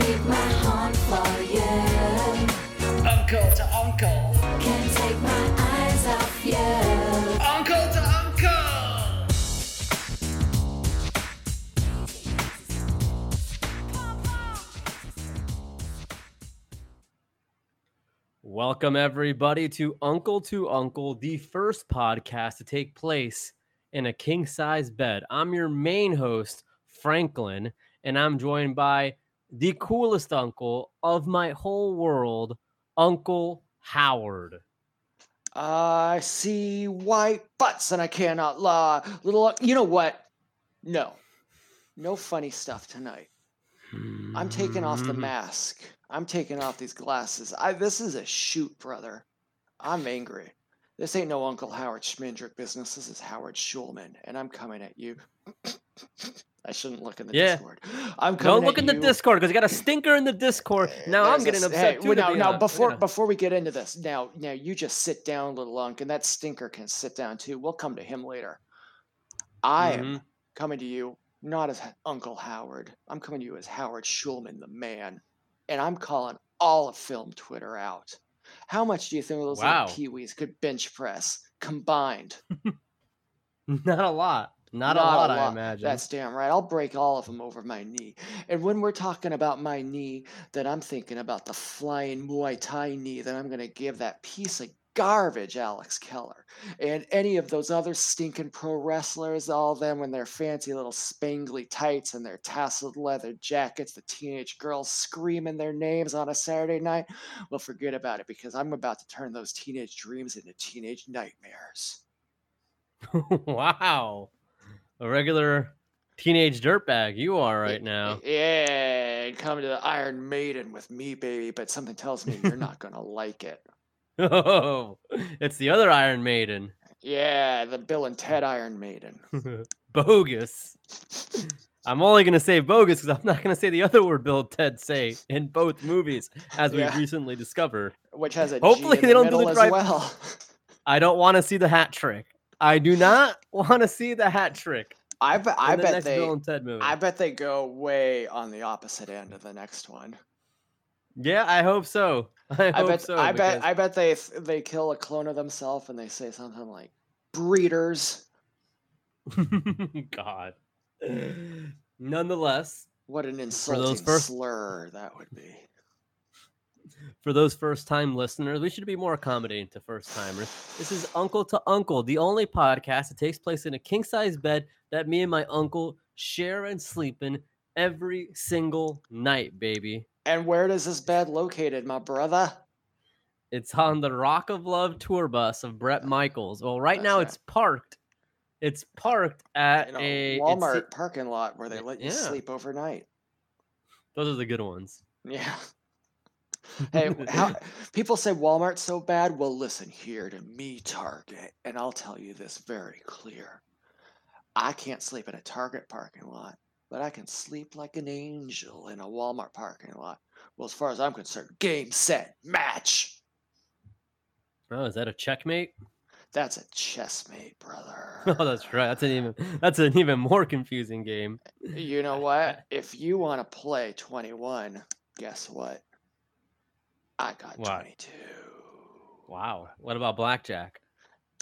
take my heart for you. Uncle to uncle. Can't take my eyes off you. Uncle to uncle. Welcome, everybody, to Uncle to Uncle, the first podcast to take place in a king size bed. I'm your main host, Franklin, and I'm joined by the coolest uncle of my whole world, Uncle Howard. I see white butts and I cannot lie. Little, you know what? No, no funny stuff tonight. I'm taking off Mm-hmm. Hmm. the mask. I'm taking off these glasses. I this is a shoot, brother. I'm angry. This ain't no Uncle Howard Schmendrick business. This is Howard Schulman, and I'm coming at you. I shouldn't look in the Yeah. Discord. I'm coming. Don't look at in the you. Uh, Discord because I got a stinker in the Discord. Now I'm There's getting a s- upset hey, too. well, to Now, be now honest. before Look at him. before we get into this, now now you just sit down, little unk, and that stinker can sit down too. We'll come to him later. I am Mhm. coming to you not as H- Uncle Howard. I'm coming to you as Howard Schulman, the man, and I'm calling all of film Twitter out. How much do you think those Wow. little Kiwis could bench press combined? not a lot, not, a lot, I imagine. That's damn right. I'll break all of them over my knee. And when we're talking about my knee, then I'm thinking about the flying Muay Thai knee that I'm going to give that piece of garbage, Alex Keller, and any of those other stinking pro wrestlers, all them in their fancy little spangly tights and their tasseled leather jackets, the teenage girls screaming their names on a Saturday night. Well, forget about it because I'm about to turn those teenage dreams into teenage nightmares. wow. A regular teenage dirtbag you are right now. Yeah, and come to the Iron Maiden with me, baby. But something tells me you're not gonna like it. Oh, it's the other Iron Maiden. Yeah, the Bill and Ted Iron Maiden. bogus. I'm only going to say bogus because I'm not going to say the other word Bill and Ted say in both movies, as we Yeah. recently discovered. Which has a G Hopefully in they don't do middle the as drive- well. I don't want to see the hat trick. I do not want to see the hat trick. I bet In I the bet next they Bill and Ted movie. I bet they go way on the opposite end of the next one. Yeah, I hope so. I, I, hope bet so. I because- bet I bet they th- they kill a clone of themselves and they say something like breeders. God. Nonetheless, What an insulting first- slur that would be. for those first time listeners, we should be more accommodating to first timers. This is Uncle to Uncle, the only podcast that takes place in a king size bed that me and my uncle share and sleep in every single night, baby. And where does this bed located, my brother? It's on the Rock of Love tour bus of Brett Michaels. Well, right That's now right. it's parked. It's parked at in a a eh, it's- Walmart parking lot where they Yeah, let you yeah. sleep overnight. Those are the good ones. Yeah. Hey, how, people say Walmart's so bad. Well, listen here to me, Target, and I'll tell you this very clear. I can't sleep in a Target parking lot, but I can sleep like an angel in a Walmart parking lot. Well, as far as I'm concerned, game, set, match. Oh, is that a checkmate? That's a chessmate, brother. Oh, that's right. That's an even that's an even more confusing game. You know what? If you want to play 21, guess what? I got What? 22. Wow. What about blackjack?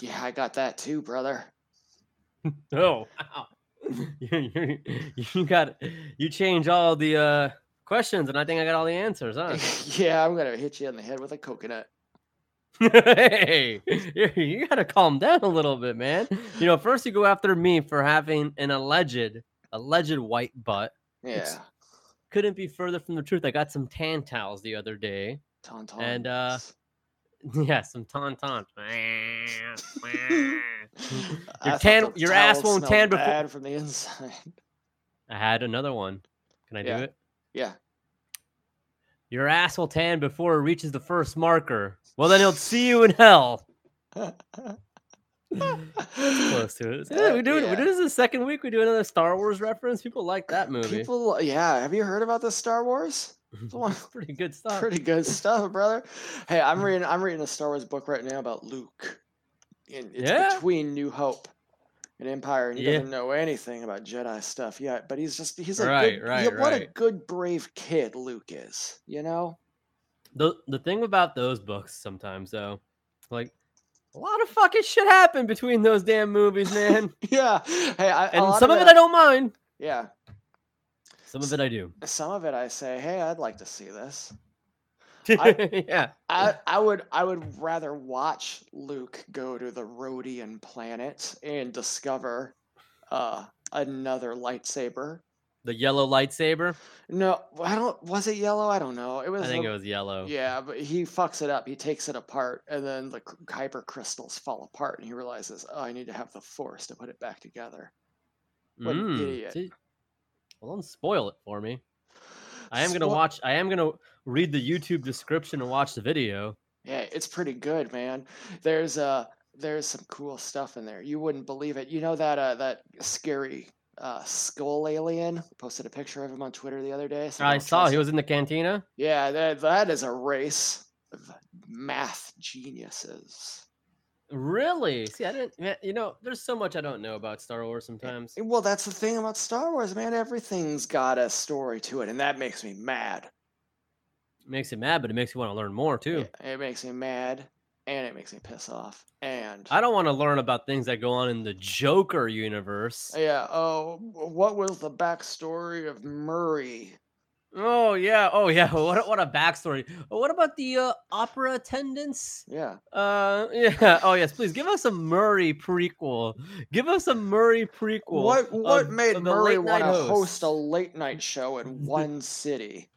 Yeah, I got that too, brother. Oh, wow. you, you, you got you change all the uh, questions, and I think I got all the answers, huh? yeah, I'm going to hit you in the head with a coconut. hey, you, you gotta calm down a little bit, man. You know, first you go after me for having an alleged alleged white butt. Yeah. It's- Couldn't be further from the truth. I got some tan towels the other day. Tauntaun. and, uh, Yeah, some tauntaun. I thought tan- the your ass towel won't smelled tan before- bad from the inside. I had another one. Can I Yeah. do it? Yeah. Your ass will tan before it reaches the first marker. Well, then he'll see you in hell. Close to it. Yeah, Uh, we do. it. We yeah. do this the second week. We do another Star Wars reference. People like that movie. People, yeah. Have you heard about this Star Wars? It's one- It's pretty good stuff. pretty good stuff, brother. Hey, I'm reading I'm reading a Star Wars book right now about Luke. And it's Yeah? between New Hope in Empire, and he Yeah. doesn't know anything about Jedi stuff yet. But he's just he's a Right, good, right, yeah, what a right. good brave kid Luke is. You know, the the thing about those books sometimes though, like a lot of fucking shit happened between those damn movies, man. yeah. Hey, I, a and lot some of it I don't mind. yeah. Some of it I do. Some of it I say, hey, I'd like to see this. yeah. I, I would I would rather watch Luke go to the Rhodian planet and discover uh, another lightsaber. The yellow lightsaber. No, I don't. Was it yellow? I don't know. It was. I think the- it was yellow. Yeah, but he fucks it up. He takes it apart, and then the k- kyber crystals fall apart, and he realizes, oh, I need to have the force to put it back together. What an idiot. Mm. see- Well, don't spoil it for me. I am gonna Spo- watch. I am gonna read the YouTube description and watch the video. Yeah, it's pretty good, man. There's uh there's some cool stuff in there. You wouldn't believe it. You know that uh that scary uh skull alien posted a picture of him on Twitter the other day. so I don't saw trust he him. was in the cantina. Yeah, that that is a race of math geniuses. Really? See, I didn't. man, You know, there's so much I don't know about Star Wars sometimes. Eh, Well, that's the thing about Star Wars, man. Everything's got a story to it, and that makes me mad. It makes you mad, but it makes you want to learn more too. It, it makes me mad, and it makes me piss off. And I don't want to learn about things that go on in the Joker universe. yeah, oh, w- what was the backstory of Murray? Oh yeah, oh yeah. What a, what a backstory. Oh, What about the uh, opera attendants? Yeah. Uh, yeah. Oh yes, please give us a Murray prequel. Give us a Murray prequel. What what of- made of Um, the Murray late want night to host a hosts. late night show in one city?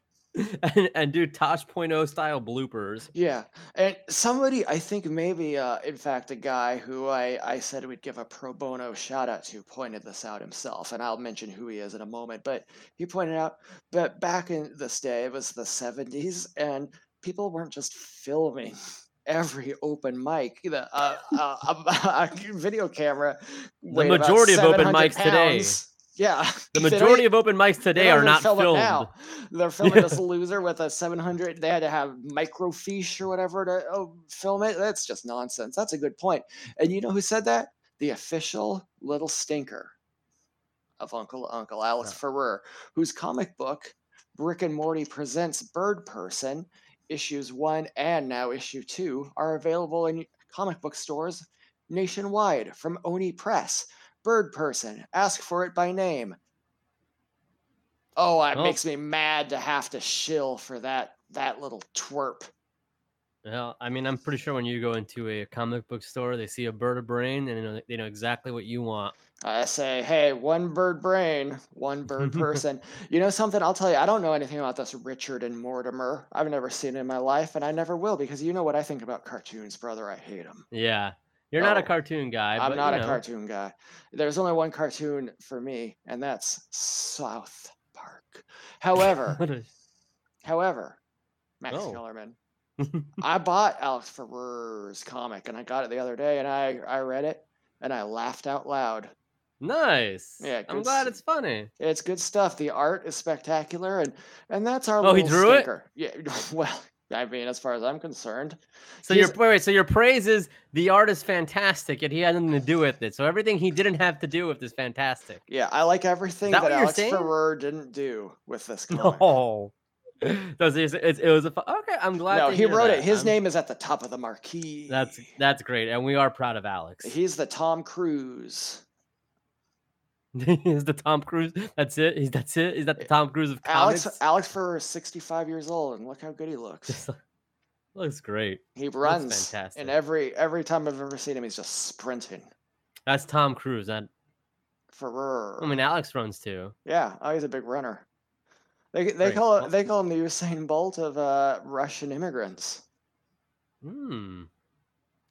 and, and do Tosh.0 style bloopers? Yeah, and somebody I think maybe uh, in fact a guy who I I said would give a pro bono shout out to pointed this out himself, and I'll mention who he is in a moment. But he pointed out that back in this day it was the '70s, and people weren't just filming. Every open mic, the uh, uh, a, a video camera. weighed about majority of open 700 mics today. pounds. "Oh, Yeah, The they don't majority of open mics They today don't are even not film it filmed. now. They're filming this loser with a 700. They had to have microfiche or whatever to oh, film it. That's just nonsense. That's a good point. And you know who said that? The official little stinker of Uncle Uncle Alex Yeah. Ferrer, whose comic book Rick and Morty presents Bird Person issues one and now issue two are available in comic book stores nationwide from Oni Press. Bird Person, ask for it by name. Oh, it Well- makes me mad to have to shill for that that little twerp. Yeah, I mean, I'm pretty sure when you go into a comic book store, they see a bird of brain and they know, they know exactly what you want. I say, hey, one bird brain, one bird person. you know something? I'll tell you, I don't know anything about this Richard and Mortimer. I've never seen it in my life, and I never will because you know what I think about cartoons, brother. I hate them. Yeah, you're not a Oh, cartoon guy. I'm but, not you a know, cartoon guy. There's only one cartoon for me, and that's South Park. However, what a- However, Max Oh. Kellerman, I bought Alex Ferrer's comic and I got it the other day and I, I read it and I laughed out loud. nice. Yeah, I'm good glad s- it's funny. It's good stuff. The art is spectacular and and that's our Oh, he little drew it? stinker. Yeah, well, I mean, as far as I'm concerned, So your He's- wait, wait, so your praise is the art is fantastic, yet he had nothing to do with it. So everything he didn't have to do with is fantastic. yeah, I like everything that that, what you're Alex saying? Ferrer didn't do with this comic. No. Those is- it's- it was a fu- okay. I'm glad. No, to he hear wrote it. that. His I'm- name is at the top of the marquee. That's that's great, and we are proud of Alex. he's the Tom Cruise. is the Tom Cruise? That's it. Is that's it? Is that the Tom Cruise of comics? Alex Alex Ferrer is 65 years old and look how good he looks. Just like- looks great. He runs fantastic. and every every time I've ever seen him, he's just sprinting. That's Tom Cruise. That Ferrer. I mean, Alex runs too. yeah, oh, he's a big runner. They they Great. call Well- it, they call him the Usain Bolt of uh, Russian immigrants. Hmm.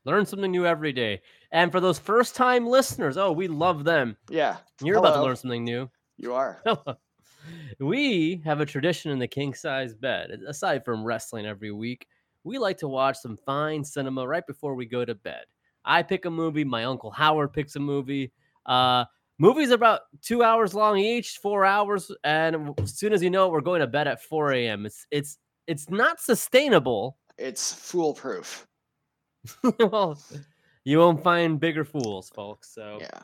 Learn something new every day. And for those first time listeners, oh, we love them. Yeah, You're about to Hello. learn something new. you are. we have a tradition in the king size bed. Aside from wrestling every week, we like to watch some fine cinema right before we go to bed. I pick a movie, my uncle Howard picks a movie. Uh, movies are about two hours long each, four hours, and w- as soon as you know it, we're going to bed at 4 a.m. It's it's it's not sustainable. It's foolproof. well, you won't find bigger fools, folks. So Yeah.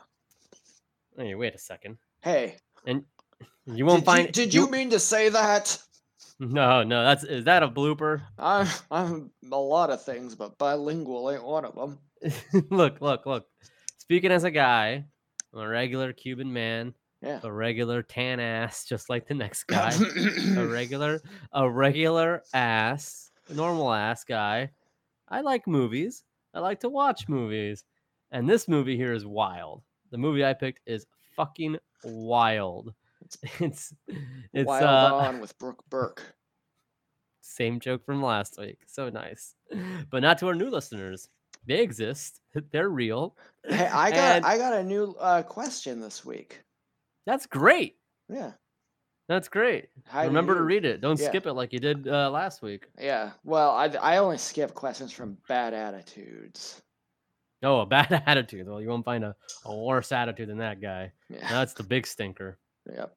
Hey, wait a second. Hey, You won't did find. You, did you mean to say that? No, no. That's is that a blooper? I'm I'm a lot of things, but bilingual ain't one of them. look, look, look. Speaking as a guy, I'm a regular Cuban man. Yeah. A regular tan ass, just like the next guy. a regular, a regular ass, normal ass guy. I like movies. I like to watch movies, and this movie here is wild. The movie I picked is fucking wild. It's it's Wild uh, on with Brooke Burke. same joke from last week. So nice. But not to our new listeners. They exist. They're real. Hey, I got And I got a new uh, question this week. that's great. Yeah. That's great. How do Remember to you- read it. Don't yeah. skip it like you did uh, last week. Yeah. Well, I I only skip questions from bad attitudes. Oh, a bad attitude. Well, you won't find a, a worse attitude than that guy. Yeah. That's the big stinker. Yep.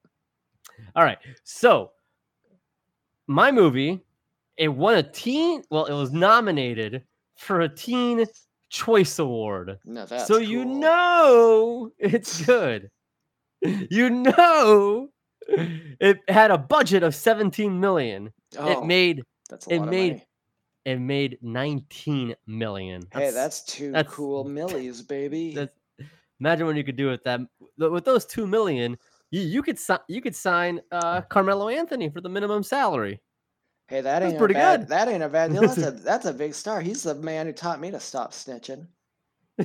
All right. So, my movie, it won a teen, well, it was nominated for a Teen Choice Award. No, that's so you cool. know it's good. you know it had a budget of 17 million. Oh, it made that's a it lot of made- money. it made 19 million. Hey, that's two that's- cool millies, baby. that's- imagine what you could do with that with those 2 million. You, you could si- you could sign uh, Carmelo Anthony for the minimum salary. hey, that that's ain't pretty a bad, good. That ain't a bad deal. That's a that's a big star. He's the man who taught me to stop snitching.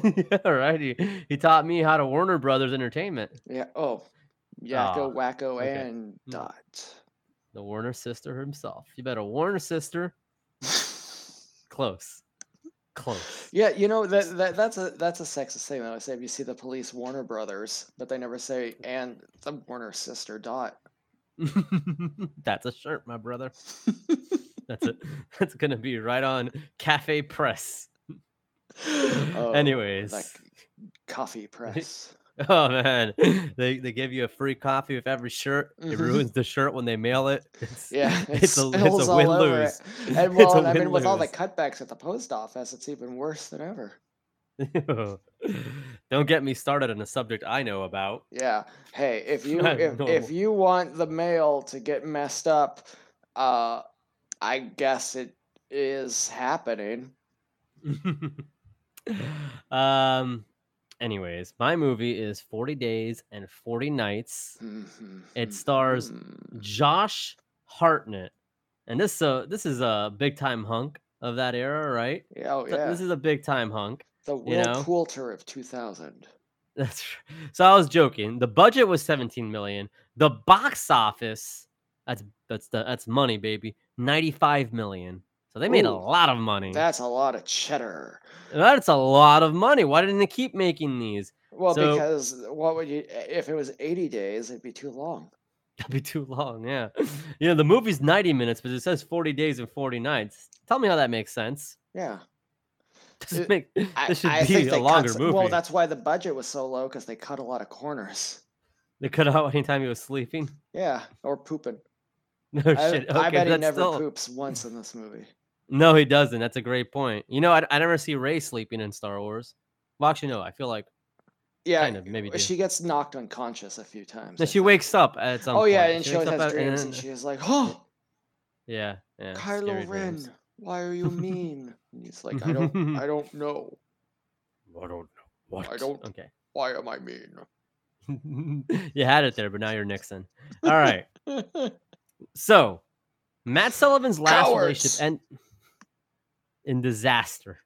yeah, right. He, he taught me how to Warner Brothers Entertainment, Yeah. Oh, Yakko, Ah, Wacko, okay. and Mm. Dot. the Warner sister himself. You better Warner sister. Close, close. yeah, you know that, that that's a that's a sexist thing. They always say if you see the police, Warner Brothers, but they never say and the Warner sister Dot. That's a shirt, my brother. That's it. That's gonna be right on Cafe Press. Oh, Anyways, like coffee press. oh man, they they give you a free coffee with every shirt. It Mhm. ruins the shirt when they mail it. It's, Yeah, it it's a spills it's a all win over lose. it. And well, and I mean, with all the cutbacks at the post office, it's even worse than ever. Don't get me started on a subject I know about. Yeah. Hey, if you I if, know. if you want the mail to get messed up, uh, I guess it is happening. um. Anyways, my movie is 40 Days and 40 Nights. Mm-hmm. It stars Mhm. Josh Hartnett, and this uh this is a big time hunk of that era, right? Yeah, Oh Th- yeah, This is a big time hunk. the Will know? Poulter of two thousand. That's r- so. I was joking. The budget was 17 million. The box office that's that's the that's money, baby. 95 million. So they made a Ooh, lot of money. That's a lot of cheddar. that's a lot of money. Why didn't they keep making these? Well, So- because what would you if it was eighty days? It'd be too long. That'd be too long. Yeah, you know the movie's 90 minutes, but it says 40 days and 40 nights. Tell me how that makes sense. Yeah, Doesn't Uh, make, this should be a they cut longer s- movie. Well, that's why the budget was so low because they cut a lot of corners. They cut out anytime he was sleeping. Yeah, or pooping. No I, Oh, shit. Okay, I bet he that's never still... poops once in this movie. No, he doesn't. That's a great point. You know, I, I never see Ray sleeping in Star Wars. Well, actually, no. I feel like Yeah, kind of maybe. uh, do. she gets knocked unconscious a few times. No, I she think. wakes up at some. Oh yeah, point. and she, wakes always up has at- dreams, and she's like, "Oh, Yeah, yeah. scary Kylo Ren, dreams. why are you mean?" and he's like, "I don't, I don't know. I don't know what. don't- Okay. Why am I mean?" you had it there, but now you're Nixon. All right. So, Matt Sullivan's last Cowards. relationship end in disaster.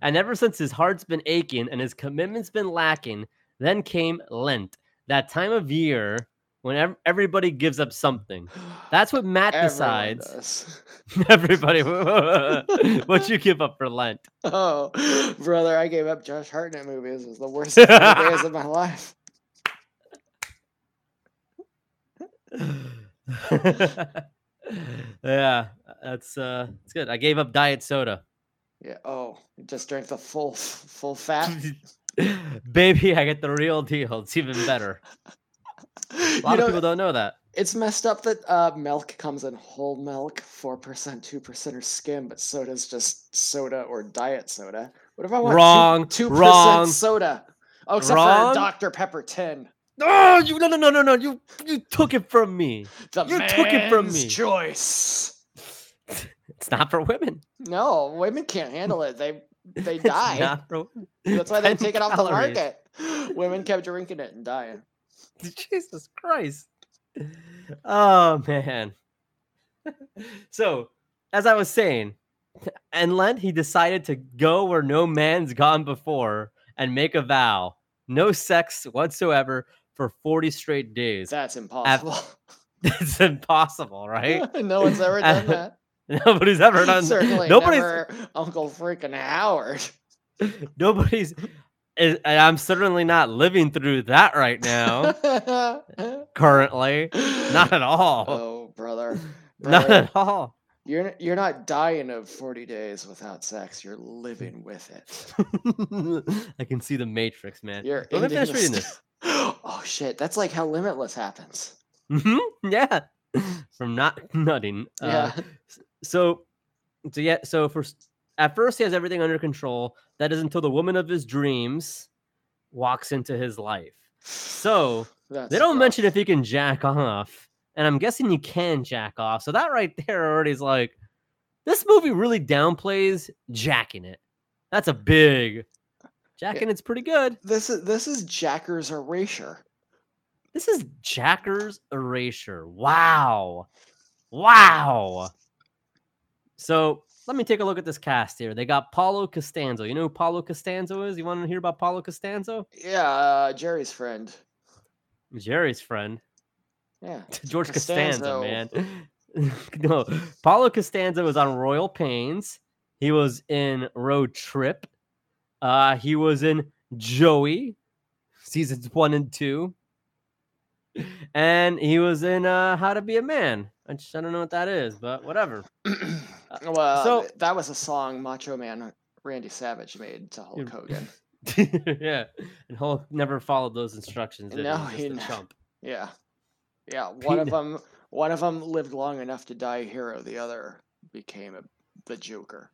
And ever since his heart's been aching and his commitment's been lacking, then came Lent, that time of year when ev- everybody gives up something. That's what Matt Everyone decides. does. Everybody, what you give up for Lent? Oh, brother, I gave up Josh Hartnett movies. It was the worst 40 days of my life. yeah, that's uh, it's good. I gave up diet soda. Yeah. Oh, just drank the full, f- full fat. Baby, I get the real deal. It's even better. you A lot know, of people don't know that. it's messed up that uh, milk comes in whole milk, four percent, two percent, or skim, but soda's just soda or diet soda. What if I want Wrong, two wrong, percent soda? Oh, except for wrong. Dr Pepper ten. No, you no no no no no you you took it from me. The You took it from man's me. Choice. It's not for women. No, women can't handle it. They they It's die. not for women. That's why they 10 take it off the calories. market. Women kept drinking it and dying. Jesus Christ. Oh man. so, as I was saying, Enlent he decided to go where no man's gone before and make a vow, no sex whatsoever for 40 straight days. That's impossible. it's impossible, right? no one's ever done Uh, that. Nobody's ever done Certainly nobody's never Uncle freaking Howard. nobody's and I'm certainly not living through that right now Not currently. Not at all. Oh, brother. not brother. at all. You're you're not dying of 40 days without sex. You're living with it. I can see the Matrix, man. You're Let me ending finish the reading st- this. oh shit, that's like how limitless happens. Mhm, yeah, from not nutting. Uh, Yeah. So, so yeah. So for s- at first he has everything under control. That is until the woman of his dreams walks into his life. So That's they don't rough. mention if he can jack off, and I'm guessing you can jack off. So that right there already is like, this movie really downplays jacking it. That's a big jacking. It's pretty good. this is this is Jacker's erasure. This is Jacker's Erasure. Wow. Wow. So let me take a look at this cast here. They got Paulo Costanzo. You know who Paulo Costanzo is? You want to hear about Paulo Costanzo? Yeah, uh, Jerry's friend. Jerry's friend, Yeah. George Costanzo, Costanzo. man. no, Paulo Costanzo was on Royal Pains. He was in Road Trip. Uh, he was in Joey, seasons one and two. And he was in uh, How to Be a Man. I, just, I don't know what that is, but whatever. Uh, well, Uh, so- th- that was a song Macho Man Randy Savage made to Hulk Yeah. Hogan. yeah. And Hulk never followed those instructions. Did No, he? he Just a never- chump. Yeah. Yeah, one of Pete- them one of them lived long enough to die a hero, the other became a, the Joker.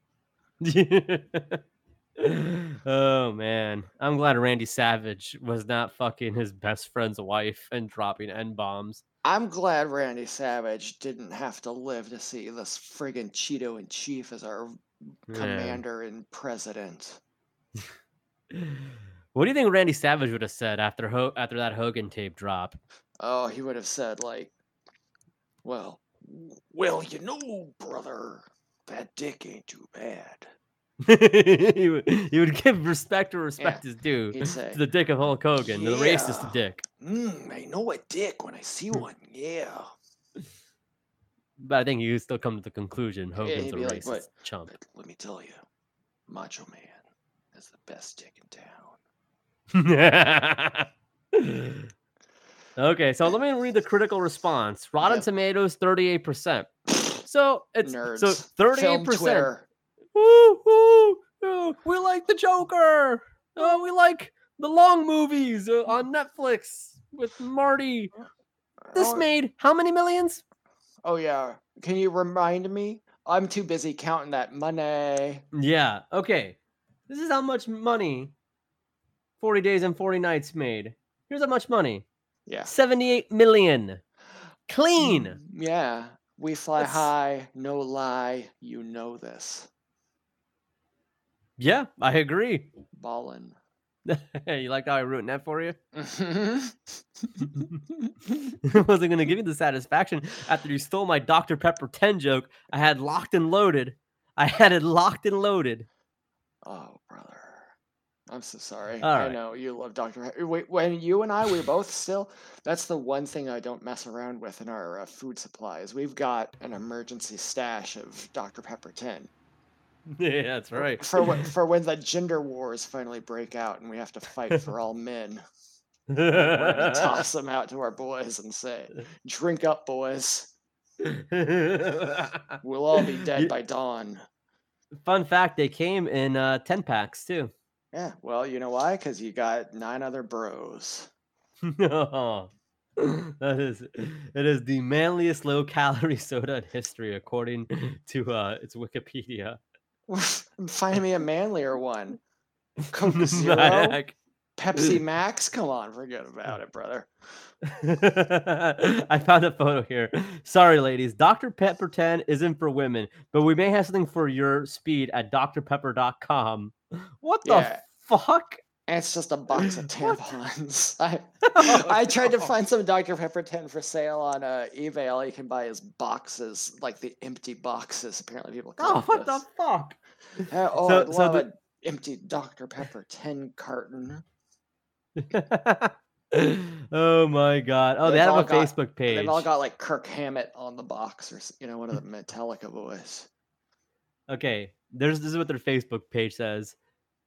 oh man, I'm glad Randy Savage was not fucking his best friend's wife and dropping n bombs. I'm glad Randy Savage didn't have to live to see this friggin' Cheeto in chief as our commander and president. What do you think Randy Savage would have said after Ho- after that Hogan tape drop? Oh, he would have said like, "Well, w- well, you know, brother, that dick ain't too bad." he, would, he would give respect to respect is due He'd say, to the dick of Hulk Hogan, to the racist "Yeah." dick. "Mm, I know a dick when I see Hmm. one. Yeah, But I think you still come to the conclusion Hogan's he'd a be like, racist "What?" chump. but let me tell you, Macho Man is the best dick in town." okay, so let me read the critical response. Rotten Yep. Tomatoes, thirty-eight percent. So it's Nerds, so Film thirty-eight percent. Twitter. Woo woo! oh, We like the Joker. Oh, we like the long movies uh, on Netflix with Marty. This Oh, made how many millions? oh yeah, can you remind me? I'm too busy counting that money. Yeah. Okay. This is how much money. Forty days and forty nights made. Here's how much money. Yeah, Seventy-eight million. Clean. Mm, Yeah, we fly That's- high. No lie, you know this. Yeah, I agree. Ballin'. you like how I ruined that for you? Mhm. I wasn't going to give you the satisfaction after you stole my Dr. Pepper 10 joke. I had locked and loaded. I had it locked and loaded. oh, brother. I'm so sorry. All I right. know you love Dr. Pepper. Wait, When you and I were both still, that's the one thing I don't mess around with in our uh, food supplies. We've got an emergency stash of Dr. Pepper 10 yeah, that's right. for, wh- for when the gender wars finally break out and we have to fight for all men. We're going to toss them out to our boys and say, drink up, boys. We'll all be You- dead by dawn. Fun fact they came in uh, 10 packs too. Yeah, well, you know why? Because you got nine other bros. No. that is it is the manliest low calorie soda in history according to uh its wikipedia Find me a manlier one. I- Coke Zero, I- Pepsi Max? Come on, forget about it, brother. I found a photo here. Sorry, ladies. Dr. Pepper 10 isn't for women, but we may have something for your speed at drpepper.com. What the Yeah. fuck? And it's just a box of What? tampons. I, I tried Oh, to find some Dr. Pepper 10 for sale on uh, eBay. All you can buy is boxes, like the empty boxes. Apparently, people. Oh, collect what the those. fuck? Uh, oh, So- I'd so love the- an empty Dr. Pepper 10 carton. oh my god. Oh, they They've have all a got- Facebook And page. They've all got like Kirk Hammett on the box or, s- you know, one of the Metallica boys. okay, there's this is what their Facebook page says.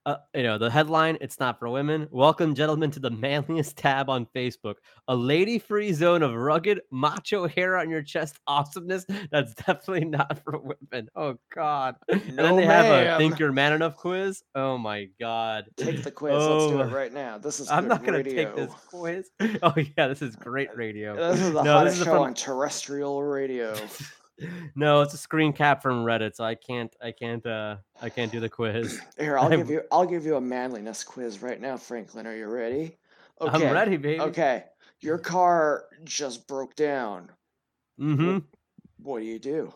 Uh, you know, the headline, it's not for women. Welcome, gentlemen, to the manliest tab on Facebook. A lady free zone of rugged macho hair on your chest awesomeness. That's definitely not for women. Oh, God. and then No, they have a ma'am. think you're man enough quiz. Oh, my God. Take the quiz. Let's do Oh, it right now. This is I'm good not going to radio. Uh, take this quiz. Oh, yeah, this is great radio. This is the No, this hottest is show from- on terrestrial radio. no, it's a screen cap from Reddit, so I can't, I can't, uh, I can't do the quiz. Here, I'll I'm- give you I'll give you a manliness quiz right now, Franklin. Are you ready? I'm ready, baby. Okay. Your car just broke down. Mm-hmm. What do you do?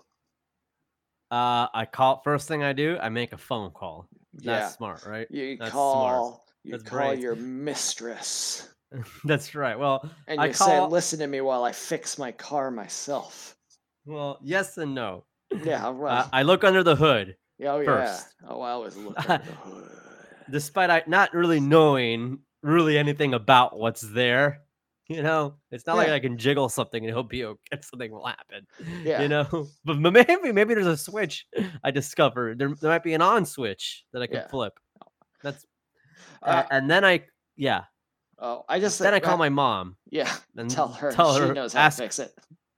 Uh, I call first thing I do, I make a phone call. That's smart, right? yeah. You that's smart. call you That's call brave. your mistress That's right. Well, and I you say, call- listen to me while I fix my car myself. well, yes and no. Yeah, well Uh, I look under the hood, yeah, oh first. yeah. Oh I always look under the hood. despite I not really knowing really anything about what's there. You know, it's not like Yeah. I can jiggle something and it'll be okay. Something will happen. Yeah. You know, but m- maybe maybe there's a switch I discovered. There, there might be an on switch that I can Yeah. flip. That's a- Uh, and then I yeah. oh I just Then I think- call my mom. Yeah. and Tell her tell she her- knows how ask- to fix it.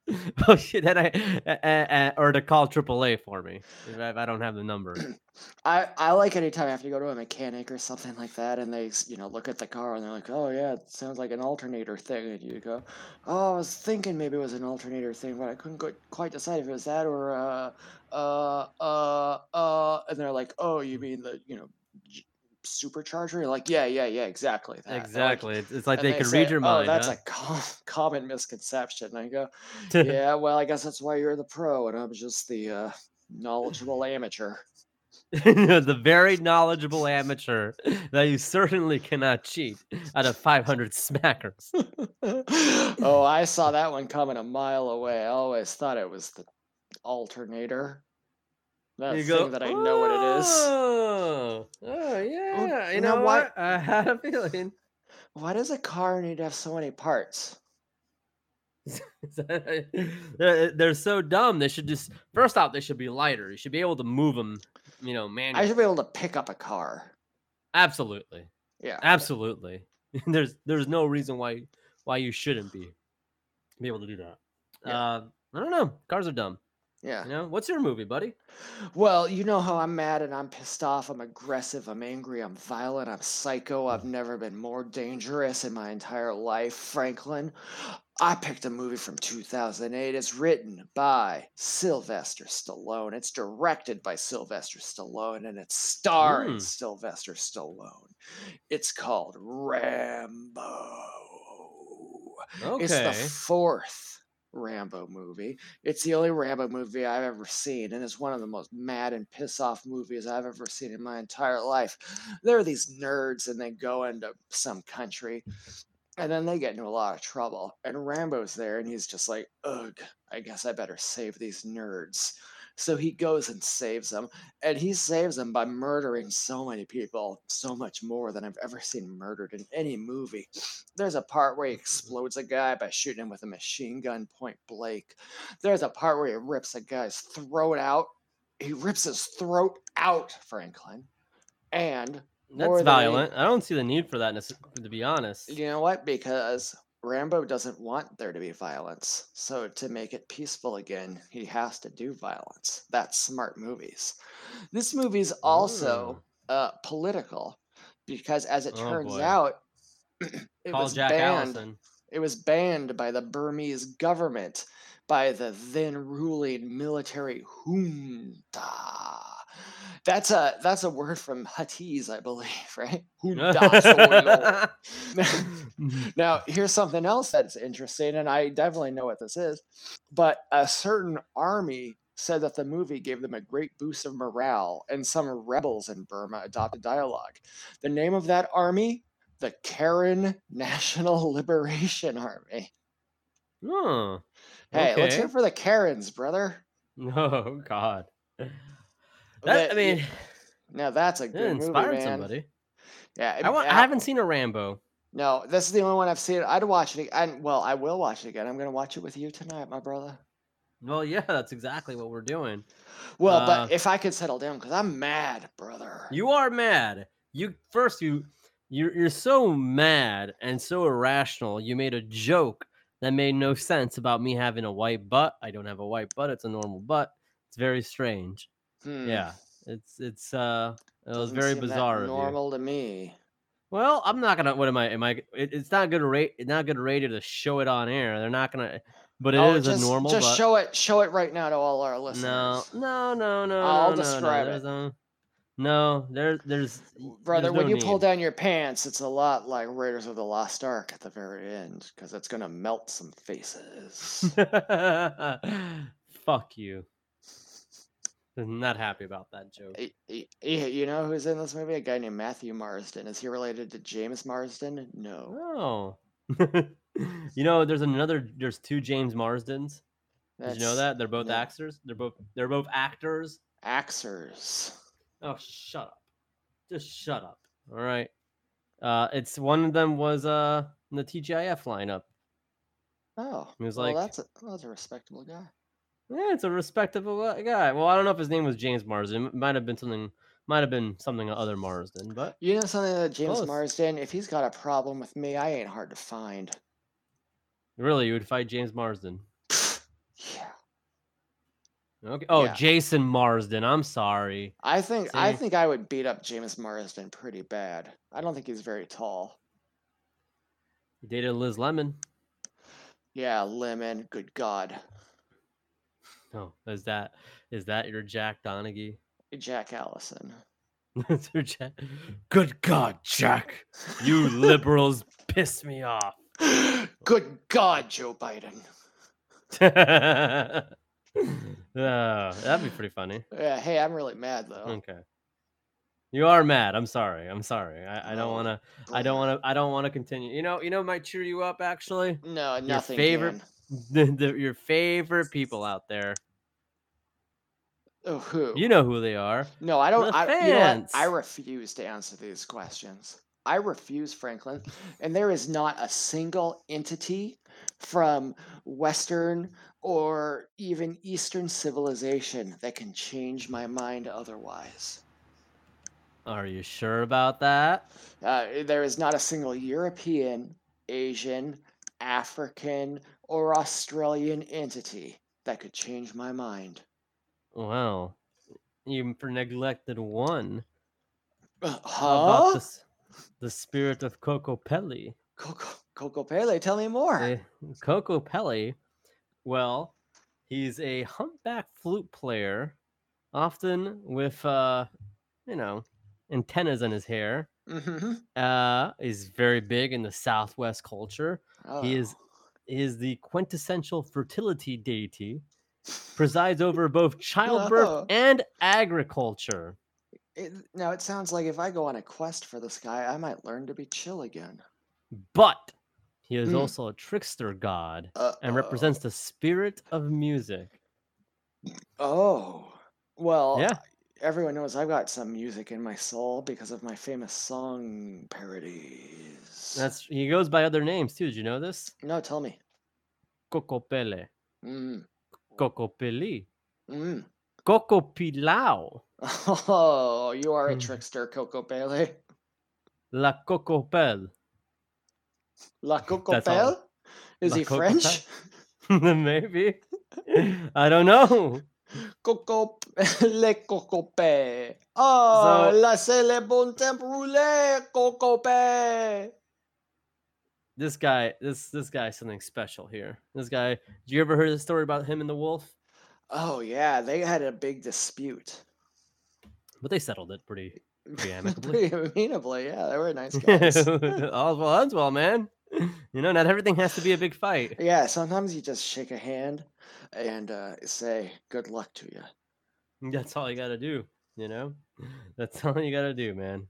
oh shit! Then I uh, uh, or to call AAA for me if I, if I don't have the number. I, I like anytime I have to go to a mechanic or something like that, and they s- you know look at the car and they're like, oh yeah, it sounds like an alternator thing, and you go, oh I was thinking maybe it was an alternator thing, but I couldn't qu- quite decide if it was that or uh uh uh uh, and they're like, oh you mean the you know j- supercharger? You're like yeah yeah yeah exactly that. They're like- Exactly. It's, it's like and they, they can say, read your oh, mind. that's huh? a com- common misconception. And I go, yeah, well, I guess that's why you're the pro, and I'm just the uh, knowledgeable amateur. the very knowledgeable amateur that you certainly cannot cheat out of 500 smackers. oh, I saw that one coming a mile away. I always thought it was the alternator. That you thing go that I know what it is. Oh, oh yeah. you now know why- what? I had a feeling. Why does a car need to have so many parts? they're, they're so dumb. They should just first off, they should be lighter. You should be able to move them. You know, manually. I should be able to pick up a car. Absolutely. Yeah. Absolutely. there's there's no reason why why you shouldn't be be able to do that. Yeah. Uh, I don't know. Cars are dumb. Yeah. You know, what's your movie, buddy? Well, you know how I'm mad and I'm pissed off. I'm aggressive. I'm angry. I'm violent. I'm psycho. I've never been more dangerous in my entire life, Franklin. I picked a movie from 2008. It's written by Sylvester Stallone. It's directed by Sylvester Stallone and it's starring Mm. Sylvester Stallone. It's called Rambo. Okay. It's the fourth Rambo movie. It's the only Rambo movie I've ever seen, and it's one of the most mad and piss off movies I've ever seen in my entire life. There are these nerds, and they go into some country, and then they get into a lot of trouble. And Rambo's there, and he's just like, ugh, I guess I better save these nerds. So he goes and saves them, and he saves them by murdering so many people, so much more than I've ever seen murdered in any movie. There's a part Mm-hmm. where he explodes a guy by shooting him with a machine gun point blank. There's a part where he rips a guy's throat out. He rips his throat out, Franklin. And more That's than any- violent. I don't see the need for that, necess- to be honest. you know what? Because Rambo doesn't want there to be violence. So to make it peaceful again, he has to do violence. That's smart movies. This movie's also uh, political because, as it Mm. Oh, turns boy. out, it Call was Jack banned. Allison. It was banned by the Burmese government, by the then ruling military junta. That's a that's a word from Hatiz, I believe, right? Who dots the word. Now, here's something else that's interesting, and I definitely know what this is, but a certain army said that the movie gave them a great boost of morale, and some rebels in Burma adopted dialogue. The name of that army? The Karen National Liberation Army. oh, Hey, let's Okay. hear for the Karens, brother. oh God. That, I That- yeah, mean, now that's a that good movie, inspired man. somebody. Yeah, I, want, I yeah. haven't seen a Rambo. No, this is the only one I've seen. I'd watch it. And well, I will watch it again. I'm gonna watch it with you tonight, my brother. Well, yeah, that's exactly what we're doing. Well, Uh, but if I could settle down, because I'm mad, brother. You are mad. You first you you're you're so mad and so irrational. You made a joke that made no sense about me having a white butt. I don't have a white butt. It's a normal butt. It's very strange. Hmm, Yeah, it's it's uh it was doesn't very seem that bizarre of you. Normal to me. Well, I'm not gonna. What am I? Am I? It, it's not good rate. Not good rated to show it on air. They're not gonna. But it is Oh, a just, normal. Just butt. show it. Show it right now to all our listeners. No, no, no, no. I'll no, no, describe no, there's it. No, no, there, there's W- Brother, there's when no you pull need. down your pants, it's a lot like Raiders of the Lost Ark at the very end, because it's gonna melt some faces. Fuck you. I'm not happy about that joke. Y- y- y- you know who's in this movie? A guy named Matthew Marsden. Is he related to James Marsden? No. Oh. you know, there's another. There's two James Marsdens. Did you know That's that they're both no. actors? They're both they're both actors. Axers. Oh, shut up. Just shut up. All right. Uh, it's one of them was uh in the TGIF lineup. Oh, He was well, like- that's a, that's a respectable guy. Yeah, it's a respectable uh, guy. Well, I don't know if his name was James Marsden. It might have been something. Might have been something other Marsden, but You know something that James Close. Marsden, if he's got a problem with me, I ain't hard to find. really, you would fight James Marsden. Yeah. Okay. Oh, Yeah. Jason Marsden. I'm sorry. I think I See? think I would beat up James Marsden pretty bad. I don't think he's very tall. He dated Liz Lemon. Yeah, Lemon, good God. Oh, is that is that your Jack Donaghy? Jack Allison. That's your Jack. Good God, Jack! You liberals piss me off. good God, Joe Biden. Uh, that'd be pretty funny. Yeah, hey, I'm really mad though. Okay. You are mad. I'm sorry. I'm sorry. I, I don't Oh, want to. I don't brother. want to. I don't want to continue. You know. You know. Might cheer you up. Actually, No, nothing. favorite- can. the, the, your favorite people out there. Oh, who? You know who they are. No, I don't. The I, you know what? I fans. refuse to answer these questions. I refuse, Franklin. And there is not a single entity from Western or even Eastern civilization that can change my mind otherwise. Are you sure about that? Uh, there is not a single European, Asian, African, or Australian entity that could change my mind. Wow. You for neglected one. Uh, How about Huh? this, the spirit of Coco Pelli? Coco, Coco Pele, tell me more. Eh, Coco Pelli, well, he's a humpback flute player, often with uh, you know, antennas in his hair. hmm Uh, is very big in the Southwest culture. Oh. He is is the quintessential fertility deity, presides over both childbirth Oh. and agriculture. It, now it sounds like if I go on a quest for this guy, I might learn to be chill again. But he is Hmm. also a trickster god Uh, and represents the spirit of music. Oh, well, Yeah. Everyone knows I've got some music in my soul because of my famous song parodies. That's he goes by other names too. Did you know this? no, tell me. Cocopele, Mm, Cocopili, mm. Cocopilao, Oh, you are a Mm. trickster, Coco Pele. La Cocopel. La Coco That's all. Pele? Is La he Coco French? Maybe. I don't know. Coco le Coco Pele. Oh, So- la c'est le bon temps brûlé, Coco Pele. This guy, this this guy is something special here. This guy, did you ever hear the story about him and the wolf? Oh yeah, they had a big dispute. but they settled it pretty. Pretty amicably. Pretty amenably, yeah, they were nice guys. All's well ends well, man. You know, not everything has to be a big fight. yeah, sometimes you just shake a hand and uh, say good luck to you. That's all you got to do, you know? That's all you got to do, man.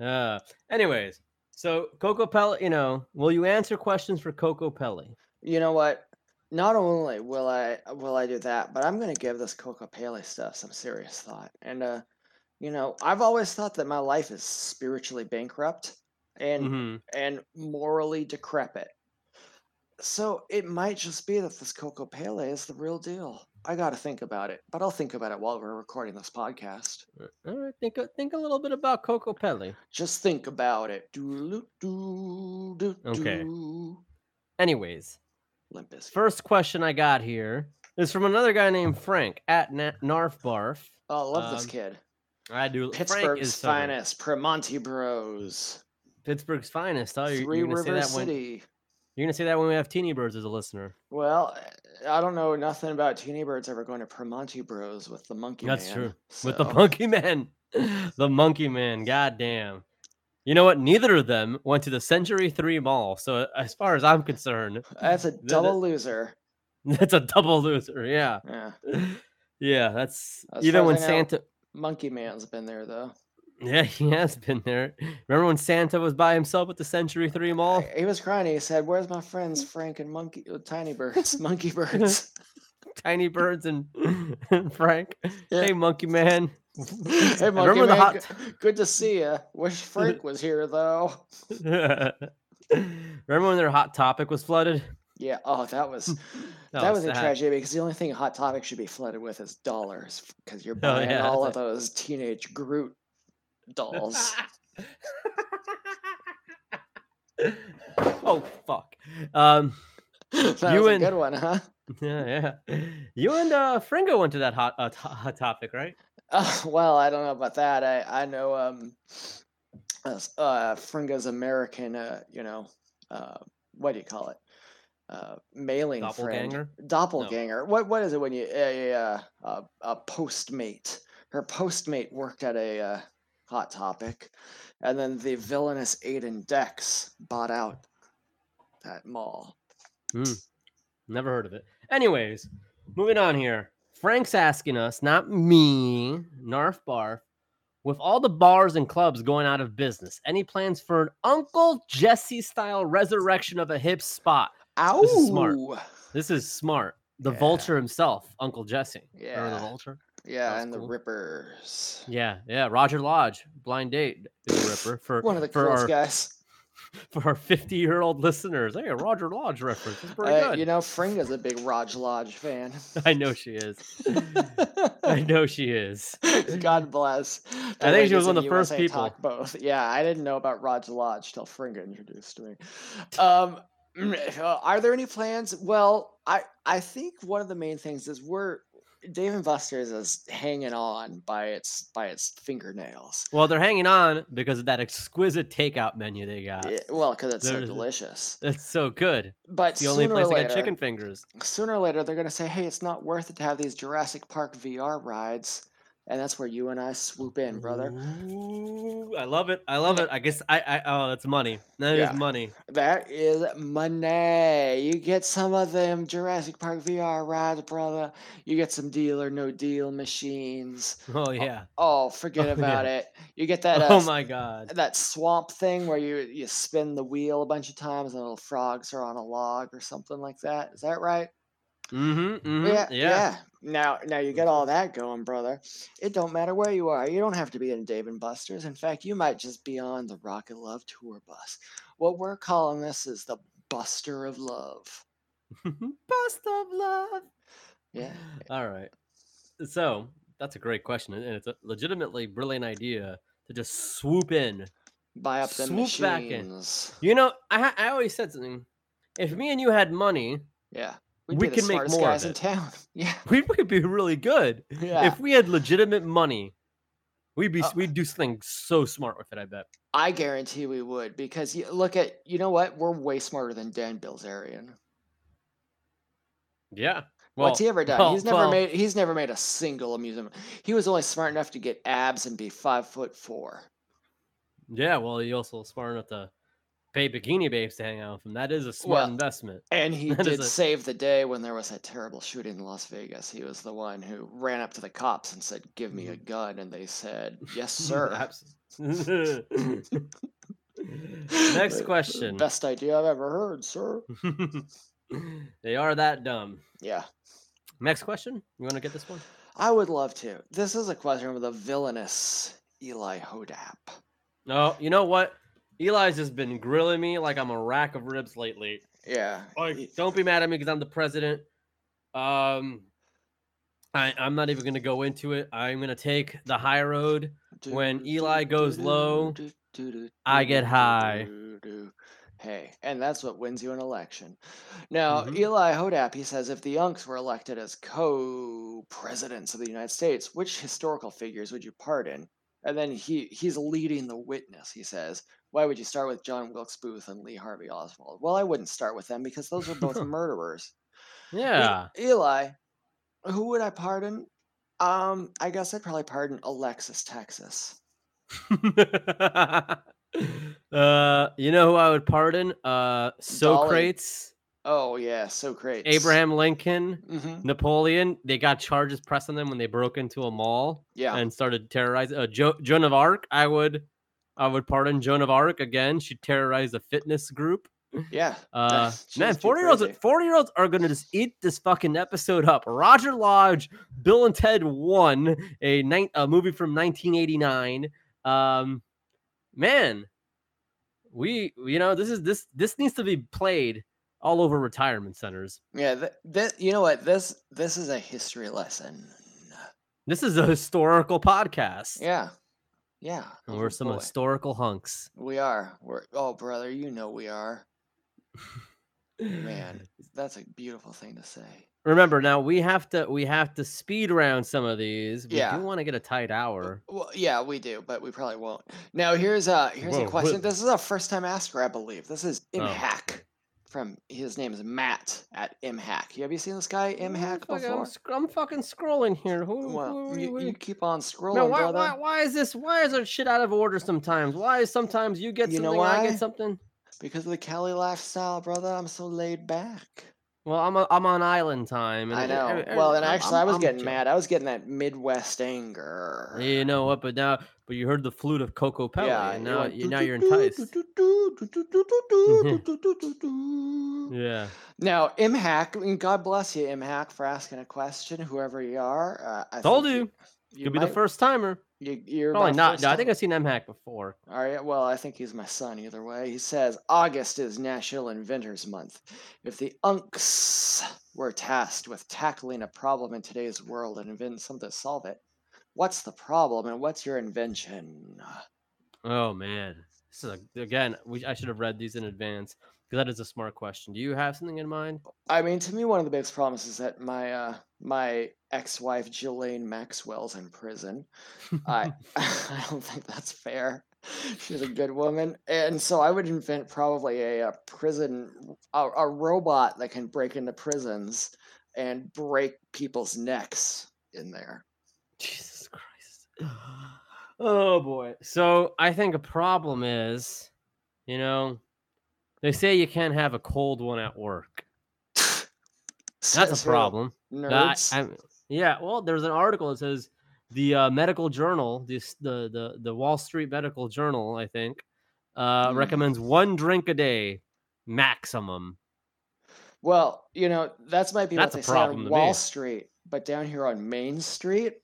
Uh, anyways, so Coco Pelli, you know, will you answer questions for Coco Pelli? You know what? Not only will I will I do that, but I'm gonna give this Coca Pele stuff some serious thought. And uh, you know, I've always thought that my life is spiritually bankrupt and hmm and morally decrepit. So it might just be that this Coco Pele is the real deal. I gotta think about it, but I'll think about it while we're recording this podcast. uh, All right, think a- think a little bit about Coco Pelli. Just think about it. Doo doo doo Okay. doo. Anyways, Limp Bizkit. first question I got here is from another guy named Frank at Na- Narf Barf. Oh, I love this um, kid. I do. Frank Pittsburgh's is uh, southern. finest, Tremonti Bros. Pittsburgh's finest. Oh, you're, Three you're gonna say River that when City. you're gonna say that when we have Teeny Birds as a listener. Well, I don't know nothing about Teeny Birds ever going to Tremonti Bros with the Monkey That's Man, true. With the so- Monkey Man, the Monkey Man. Goddamn. You know what? Neither of them went to the Century Three Mall. So uh, as far as I'm concerned, That's a that- double loser. that's a double loser. Yeah, Yeah. yeah. That's As even far when as I know- Santa. Monkey Man's been there though. Yeah, he has been there. Remember when Santa was by himself at the Century Three Mall? He was crying. He said, "Where's my friends Frank and Monkey, uh, Tiny Birds, Monkey Birds?" Tiny Birds and, and Frank. Yeah. Hey, Monkey Man. hey, Monkey Remember the Man, hot- g- good to see you. Wish Frank was here though. Remember when their hot topic was flooded? Yeah. Oh, that was Hmm. That that, was was, sad. a tragedy because the only thing Hot Topic should be flooded with is dollars because you're Oh, buying yeah, all that- of those teenage Groot dolls. oh fuck. Um that You was and- a good one, huh? yeah, yeah. You and uh Fringo went to that hot uh, to- hot topic, right? Uh, well, I don't know about that. I I know um, uh, s- uh Fringo's American. Uh, you know, uh, what do you call it? Uh, mailing friend, Doppelganger. doppelganger. What what is it when you a uh, uh, a postmate? Her postmate worked at a uh, Hot Topic, and then the villainous Aiden Dex bought out that mall. Hmm. Never heard of it. Anyways, moving on here. Frank's asking us, not me, Narf Barf, with all the bars and clubs going out of business, any plans for an Uncle Jesse style resurrection of a hip spot? Ow! is smart. This is smart. The Yeah. vulture himself, Uncle Jesse. Remember Yeah. the vulture? Yeah, was and cool. the Rippers. Yeah, yeah. Roger Lodge, blind date is a ripper for One of the for coolest our guys. for our 50 year old listeners. Hey, a Roger Lodge reference. That's pretty Uh, good. you know, Fringa's a big Raj Lodge fan. I know she is. I know she is. God bless. the I think she ladies was one in of the first USA people. Talk both. Yeah, I didn't know about Raj Lodge till Fringa introduced me. Um, uh, are there any plans? Well, I I think one of the main things is we're Dave and Buster's is hanging on by its by its fingernails. Well, they're hanging on because of that exquisite takeout menu they got. Yeah, well, because it's so there's a- delicious. That's so good. But It's the only sooner place or later, they got chicken fingers. sooner or later they're going to say, "Hey, it's not worth it to have these Jurassic Park VR rides," and that's where you and I swoop in, Mm-hmm. brother. Ooh, I love it. I love it. I guess I, I oh, that's money. That is Yeah. money. That is money. You get some of them Jurassic Park VR rides, brother. You get some deal or no deal machines. Oh yeah. Oh, forget Oh, yeah. about it. You get that. Uh, oh s- my god. That swamp thing where you you spin the wheel a bunch of times and little frogs are on a log or something like that. Is that right? Mm-hmm. Yeah, yeah. yeah. Now, now you get all that going, brother. It don't matter where you are. You don't have to be in Dave and Buster's. In fact, you might just be on the Rocket Love tour bus. What we're calling this is the Buster of Love. Bust of love. Yeah. All right. So that's a great question, and and it's a legitimately brilliant idea to just swoop in. Buy up the Swoop machines. back in. You know, I ha- I always said something. If me and you had money, Yeah. We be can the make smartest more of guys in it. town. Yeah. we would be really good. Yeah. If we had legitimate money, we'd be s- Uh, we'd do something so smart with it. I bet. I guarantee we would because you look at you know what? We're way smarter than Dan Bilzerian. Yeah. What's he ever done? well, he's never well, made. He's never made a single amusement. He was only smart enough to get abs and be five foot four. Yeah, well, he also was smart enough to pay bikini babes to hang out with him. That is a smart Well, investment. And he That is did a- save the day when there was that terrible shooting in Las Vegas. He was the one who ran up to the cops and said, "Give me Mm-hmm. a gun," and they said, "Yes, sir." Abs- Next question. Best idea I've ever heard, sir. they are that dumb. Yeah. Next question. You want to get this one? I would love to. This is a question with a villainous Eli Hodap. No. You know what? Eli's just been grilling me like I'm a rack of ribs lately. Yeah. y- Like, don't be mad at me because I'm the president. Um, I, I'm not even gonna go into it. I'm gonna take the high road. do- when do- Eli do- goes do- low, do- do- do- I do- get do- high. do- do. Hey, and that's what wins you an election. Now, Mhm. Eli Hodap, he says if the Unks were elected as co presidents of the United States, which historical figures would you pardon? And then he he's leading the witness, he says. Why would you start with John Wilkes Booth and Lee Harvey Oswald? Well, I wouldn't start with them because those are both murderers. E- Yeah. Eli, who would I pardon? Um, I guess I'd probably pardon Alexis Texas. uh, you know who I would pardon? Uh, Socrates, Oh yeah, so great. Abraham Lincoln, hmm Napoleon. They got charges pressed on them when they broke into a mall Yeah. and started terrorizing. Uh, jo- Joan of Arc. I would, I would pardon Joan of Arc again. She terrorized a fitness group. yeah. Uh, She man, was too forty year olds, crazy. forty year olds are gonna just eat this fucking episode up. Roger Lodge, Bill and Ted One, a nine, a movie from nineteen eighty nine. Um, man, we you know this is this this needs to be played all over retirement centers. Yeah. Th- th- you know what? This this is a history lesson. This is a historical podcast. Yeah. Yeah. and oh we're some boy. historical hunks. We are. We're oh brother, you know we are. Man, that's a beautiful thing to say. remember now we have to we have to speed round some of these. We Yeah. do want to get a tight hour. Well, yeah, we do, but we probably won't. Now here's a here's Whoa, a what- question. This is a first time asker, I believe. This is Oh, Imhack from his name is Matt at Imhack. Have you seen this guy Imhack Fuck, I'm, before? sc- I'm fucking scrolling here. Who? who Well, are you, we- you keep on scrolling, no, why, brother. why, why is this? Why is our shit out of order sometimes? Why is sometimes you get You know something, I why? get something? Because of the Cali lifestyle, brother. I'm so laid back. Well, I'm a, I'm on island time. I it- know. every- every- well, and I'm- actually, I'm- i was I'm getting chill. mad. I was getting that Midwest anger. You know what? But now, but you heard the flute of Coco Pelli, and you now went, you, now you're enticed. Yeah. Now, Imhack, and God bless you, Imhack, for asking a question, whoever you are. Uh, I Told think you. You You'll be the might- first timer. You, you're Probably my not. first No, I think time. I've seen M hack before. All right. Well, I think he's my son either way. He says August is National Inventors Month. If the Unks were tasked with tackling a problem in today's world and invent something to solve it, what's the problem and what's your invention? Oh man, this is a, again. We, I should have read these in advance because that is a smart question. Do you have something in mind? I mean, to me, one of the biggest problems is that my uh, my ex-wife Jillane Maxwell's in prison. I I don't think that's fair. She's a good woman, and so I would invent probably a, uh prison a, a robot that can break into prisons and break people's necks in there. Jesus Christ. Oh boy. So I think a problem is, you know, they say you can't have a cold one at work. That's Says a who? problem. Nah, Nerds. I- I'm- yeah. Well, there's an article that says the uh, medical journal, this the the the Wall Street Medical Journal, I think, uh, Hmm. recommends one drink a day maximum. Well, you know that's might be That's a what they say problem on to Wall me. Street, but down here on Main Street,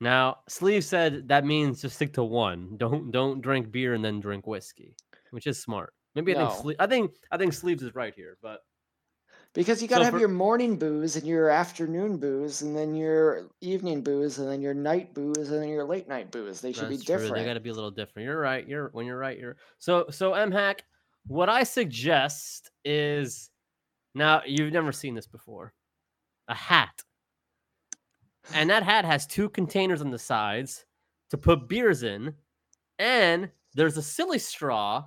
Now, Sleeve said that means just stick to one. Don't don't drink beer and then drink whiskey, which is smart. Maybe I think No. Sleeve, I think I think Sleeves is right here, but Because you got to So have for- your morning booze and your afternoon booze and then your evening booze and then your night booze and then your late night booze. They should be That's true. different. They got to be a little different. You're right. You're when you're right. You're so so. M hack. What I suggest is now you've never seen this before, a hat, and that hat has two containers on the sides to put beers in, and there's a silly straw,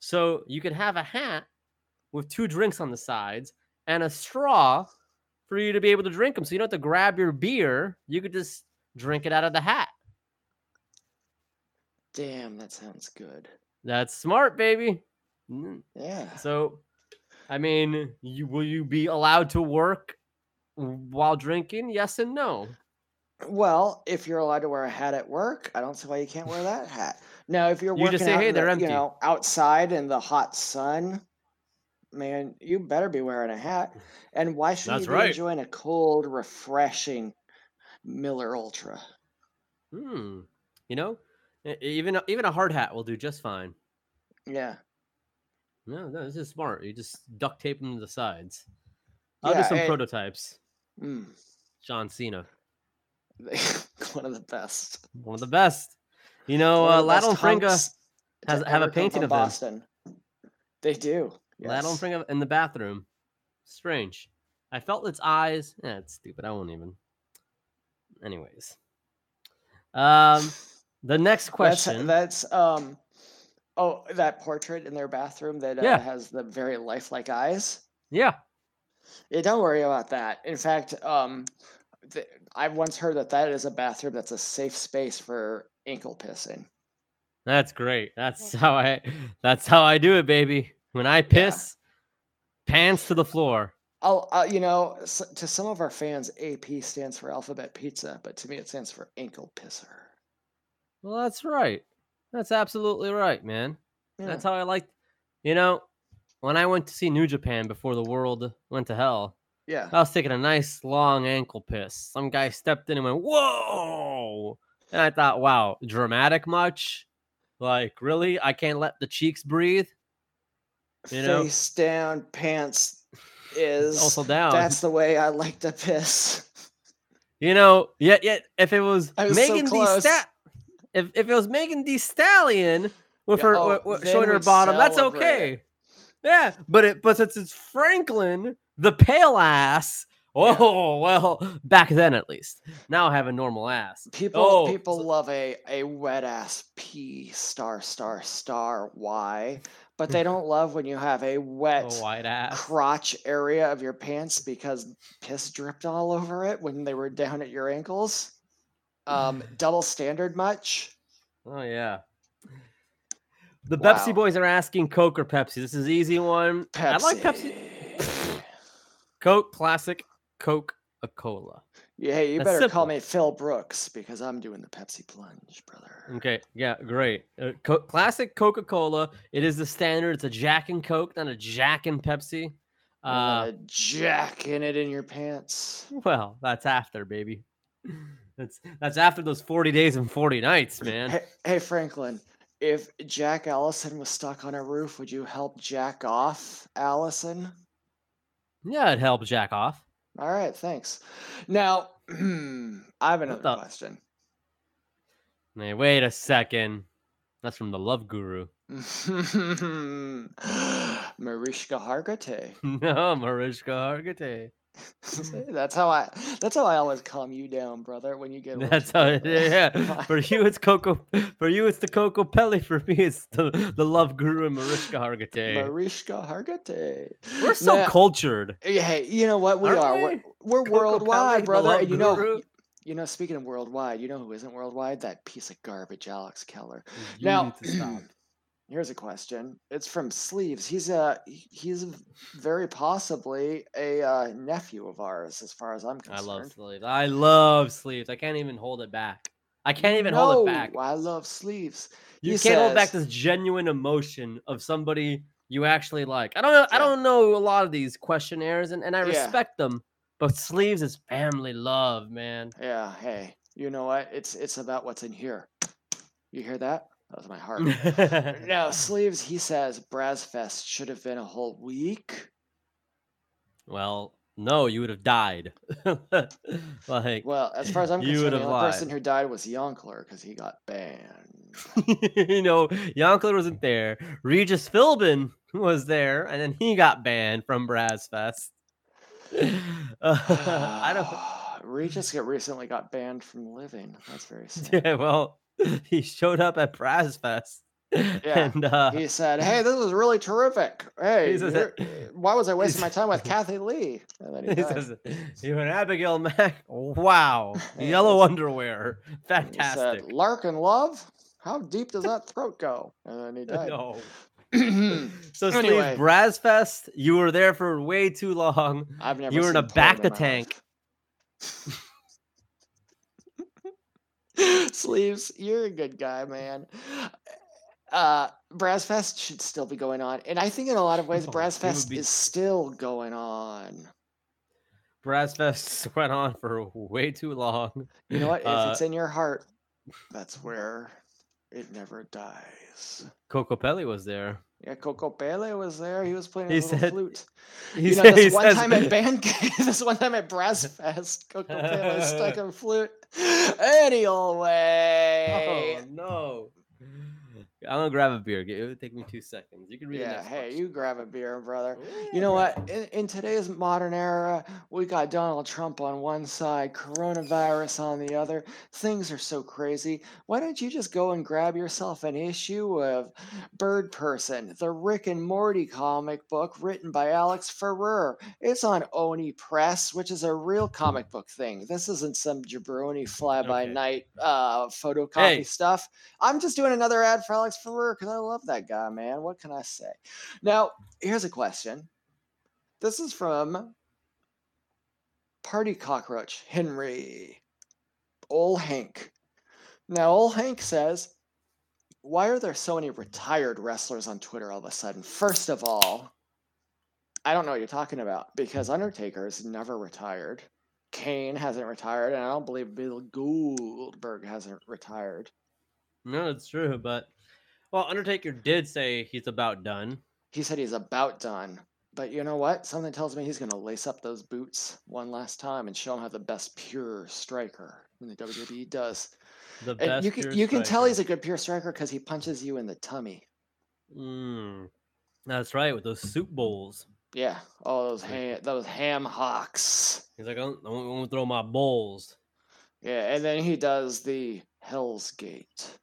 so you could have a hat with two drinks on the sides and a straw for you to be able to drink them. So you don't have to grab your beer. You could just drink it out of the hat. Damn, that sounds good. That's smart, baby. Mm. Yeah. So, I mean, you, will you be allowed to work while drinking? Yes and no. Well, if you're allowed to wear a hat at work, I don't see why you can't wear that hat. Now, if you're You working just say, out "Hey, in the- they're empty." you know, outside in the hot sun, man, you better be wearing a hat. And why should That's you be right. enjoying a cold, refreshing Miller Ultra? Hmm. You know, e- even a- even a hard hat will do just fine. Yeah. No, no, this is smart. You just duct tape them to the sides. I'll do Yeah, some and- prototypes. Mm. John Cena, One of the best. one of the best. You know, One uh, of the best Ladon Fringa, hunks has- to have ever a come painting from of him. Boston. They do. Ladon yes. Fringa in the bathroom. Strange. I felt its eyes. Eh, it's stupid. I won't even. Anyways, um, the next question. That's, uh, that's um oh that portrait in their bathroom that uh, Yeah. has the very lifelike eyes. yeah. Yeah, don't worry about that. In fact, um th- I once heard that that is a bathroom that's a safe space for ankle pissing. That's great. That's how I that's how I do it, baby. When I piss, pants to the floor. I'll, i you know, s to some of our fans, AP stands for alphabet pizza, but to me, it stands for ankle pisser. Well, that's right. That's absolutely right, man. Yeah. That's how I like you know, when I went to see New Japan before the world went to hell, yeah. I was taking a nice long ankle piss. Some guy stepped in and went, Whoa. And I thought, wow, dramatic much? Like, really? I can't let the cheeks breathe? you know- Face down, pants is Also down. That's the way I like to piss. You know, yet yet if it was, I was so Megan D. close. Sta- if if it was Megan D. Stallion with Yeah, her oh, wi- wi- then showing her we'd bottom, that's celebrate. okay. Yeah, but it but since it's Franklin the pale ass. Oh well, back then at least. Now I have a normal ass. People Oh, people so- love a a wet ass P star star star Y, but they don't love when you have a wet a white ass. crotch area of your pants because piss dripped all over it when they were down at your ankles. Um, double standard much? Oh yeah. The Wow. Pepsi boys are asking Coke or Pepsi. This is easy one. I like Pepsi. Coke, classic. Coke, a cola. Yeah, hey, you That's better simple. call me Phil Brooks because I'm doing the Pepsi plunge, brother. Okay, yeah, great. Uh, co- classic Coca Cola. It is the standard. It's a Jack and Coke, not a Jack and Pepsi. Uh, Uh, jacking it in your pants. well, that's after, baby. That's that's after those forty days and forty nights, man. Hey, hey, Franklin, if Jack Allison was stuck on a roof, would you help Jack off Allison? Yeah, it helped Jack off. All right, thanks. Now, I have another the- question. Hey, wait a second. That's from the Love Guru. Mariska Hargitay. no, Mariska Hargitay. See, that's how I. That's how I always calm you down, brother. When you get. a little That's how. It, too angry. yeah, for you it's Coco. For you it's the Coco Pelli. For me it's the, the Love Guru and Mariska Hargitay. Mariska Hargitay. We're so Now- cultured. Yeah, Eh, Hey, you know what? We Aren't are. we? We're, we're Coco Pelli, worldwide, the brother. Love And you know, Guru. you know. Speaking of worldwide, you know who isn't worldwide? That piece of garbage, Alex Keller. You Now- need to stop. Here's a question. It's from Sleeves. He's a he- he's a v- very possibly a uh, nephew of ours, as far as I'm I concerned. love sleeves. I love sleeves. I can't even hold it back. I can't even hold it back. No, I love sleeves. You he can't hold back says- this genuine emotion of somebody you actually like. I don't know. I Yeah. don't know a lot of these questionnaires, and, and I Yeah. respect them. But sleeves is family love, man. Yeah, hey, you know what? It's it's about what's in here. You hear that? That was my heart. now, sleeves. He says Brazfest should have been a whole week. well, no, you would have died. like, Well, as far as I'm You would concerned, the have only person lied. who died was Yonkler because he got banned. you know, Yonkler wasn't there. Regis Philbin was there, and then he got banned from Brazfest. Uh, I Ah. don't. Regis got recently got banned from living. That's very sad. Yeah, well, he showed up at Brazfest Yeah. And uh, He said, "Hey, this is really terrific. Hey, He says you're- why was I wasting my says- time with Kathy Lee?" And then he he died. says, you and Abigail Mack. Wow. He Yellow said- underwear. He said, Fantastic. "Lark and love, how deep does that throat go?" And then he died. No. So, Anyway. Steve, Brazfest, you were there for way too long. I've never. You were in seen a porn back to my tank. life. Sleeves, you're a good guy, man. Uh, Brass Fest should still be going on, and I think in a lot of ways, No, Brass it would Fest be- is still going on. Brazfest went on for way too long. You know what? If Uh, it's in your heart, that's where it never dies. Coco Pelli was there. Yeah, Coco Pele was there. He was playing He his little said- flute. He you know, said- this he one says- time at band, this one time at Brass Fest, Coco Pele was stuck in flute. Anyway, Oh no. I'm gonna grab a beer. It would take me two seconds. You can read. the yeah. next Hey, question. you grab a beer, brother. Yeah, You know bro. what? In, in today's modern era, we got Donald Trump on one side, coronavirus on the other. Things are so crazy. Why don't you just go and grab yourself an issue of Bird Person, the Rick and Morty comic book written by Alex Ferrer? It's on Oni Press, which is a real comic book thing. This isn't some jabroni fly by night uh, photocopy Hey. stuff. I'm just doing another ad for Alex Ferrer because I love that guy, man. What can I say? Now, here's a question. This is from Party Cockroach Henry, Ol Hank. Now, Ol Hank says, Why are there so many retired wrestlers on Twitter all of a sudden? First of all, I don't know what you're talking about because Undertaker is never retired. Kane hasn't retired, and I don't believe Bill Goldberg hasn't retired. No, it's true, but well, Undertaker did say he's about done. He said he's about done. But you know what? Something tells me he's going to lace up those boots one last time and show him how the best pure striker in the WWE does. The And best you can, pure you can tell striker. he's a good pure striker because he punches you in the tummy. Mm, that's right, with those soup bowls. Yeah. Oh, those Like- ham, those ham hocks. He's like, "Oh, I'm, I'm gonna throw my bowls. Yeah. And then he does the Hell's Gate.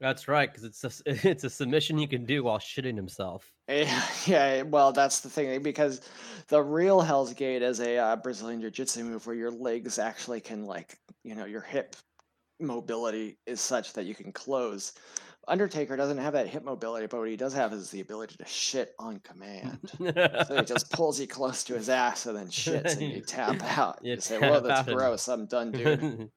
That's right, because it's a, s- it's a submission he can do while shitting himself. Yeah, Eh, yeah, well, that's the thing eh, because the real Hell's Gate is a uh, Brazilian jiu-jitsu move where your legs actually can like, you know, your hip mobility is such that you can close. Undertaker doesn't have that hip mobility, but what he does have is the ability to shit on command. So he just pulls you close to his ass and then shits and you tap out. You You say, "Whoa, tap that's out and- gross. I'm done, dude."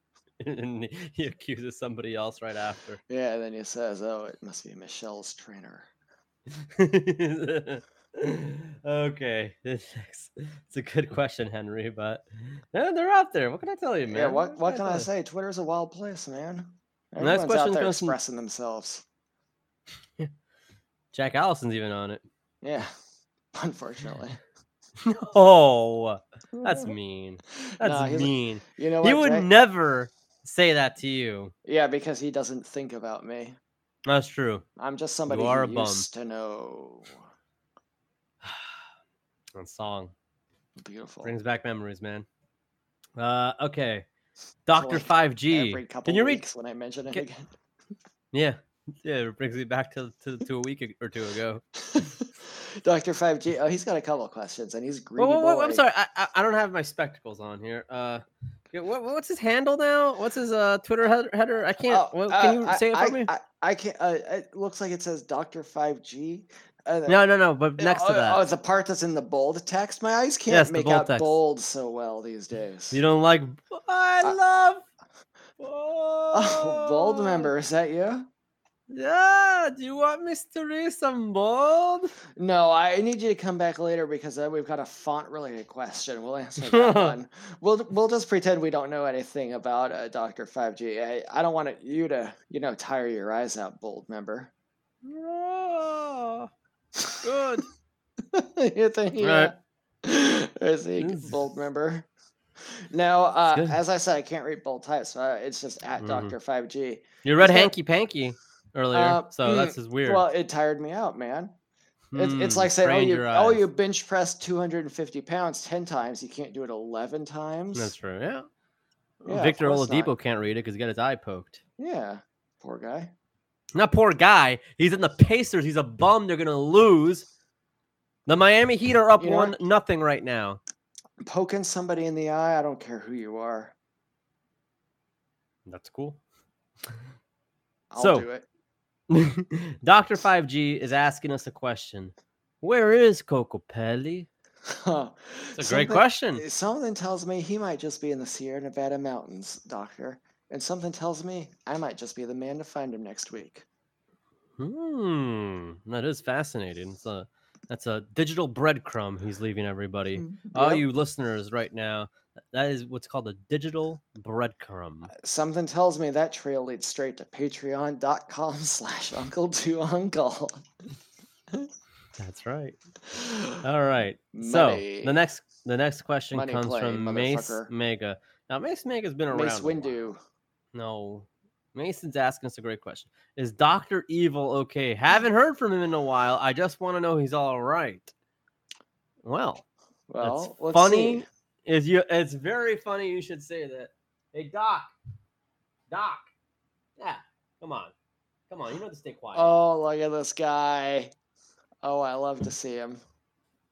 and he accuses somebody else right after. Yeah, and then he says, "Oh, it must be Michelle's trainer." okay, this next- it's a good question, Henry. But eh, they're out there. What can I tell you, man? Yeah, what what can I tell say? Twitter's a wild place, man. And Everyone's that's out question there comes from- expressing themselves. you? Jack Allison's even on it. Yeah, unfortunately. No, Oh, that's mean. That's Mm-hmm. Nah, he's a- mean. You know He what? would Jack- never say that to you. yeah, because he doesn't think about me. That's true. I'm just somebody are a he bum. used to know. That song Beautiful. brings back memories, man. Uh, okay, Doctor like, Five G. Every couple Can you read? weeks when I mention it Ca- again. Yeah, yeah. It brings me back to to, to a week ag- or two ago. Doctor Five G. Oh, he's got a couple questions, and he's greedy. Whoa, whoa, whoa, I'm boy. sorry. I, I I don't have my spectacles on here. Uh, yeah, what, what's his handle now? What's his uh Twitter head- header? I can't. Oh, what, uh, can you I- say it for I, me? I, I can't. Uh, it looks like it says Doctor Five G. no, no, no. But next oh, to that, Oh, the part that's in the bold text. My eyes can't Yes, the make bold out text. bold so well these days. you don't like. I I- love. oh, bold Bold. member, is that you? Yeah. Do you want me to read some bold? No, I need you to come back later because uh, we've got a font-related question. We'll answer that one. We'll we'll just pretend we don't know anything about uh, Doctor Five G. I, I don't want it- you to you know tire your eyes out, bold member. Oh, good. you think yeah. Right. I think bold member. Now, uh, good. as I said, I can't read bold type, so uh, it's just at Mhm. Doctor Five G. You read So- hanky panky earlier, Uh, so mm, that's just weird. Well, it tired me out, man. It's, it's Hmm, like saying, oh, strained you, your oh, eyes. you bench press 250 pounds 10 times. You can't do it 11 times. That's true. Yeah. Yeah, of Victor course not. Oladipo can't read it because he got his eye poked. Yeah. Poor guy. Not poor guy. He's in the Pacers. He's a bum. They're gonna lose. The Miami Heat are up You know one what? nothing right now. Poking somebody in the eye, I don't care who you are. That's cool. I'll So- do it. Doctor Five G is asking us a question. Where is Coco Pelli? It's a great Something- eh, question. Something tells me he might just be in the Sierra Nevada mountains, Doctor. And something tells me I might just be the man to find him next week. Hmm, that is fascinating. It's a that's a digital breadcrumb he's leaving everybody. All Yep. you listeners right now, that is what's called a digital breadcrumb. Something tells me that trail leads straight to patreon.com slash uncle to uncle. That's right. All right. So the Money. next the next question Money comes play, from Mace motherfucker. Mega. Now Mace Mega's been around. Mace a while. Windu. No. Mason's asking us a great question. Is Dr. Evil okay? Haven't heard from him in a while. I just want to know he's all right. Well, Well, let's funny. see. is you it's very funny you should say that. Hey Doc. Doc. Yeah. Come on. Come on. You know to stay quiet. Oh, look at this guy. Oh, I love to see him.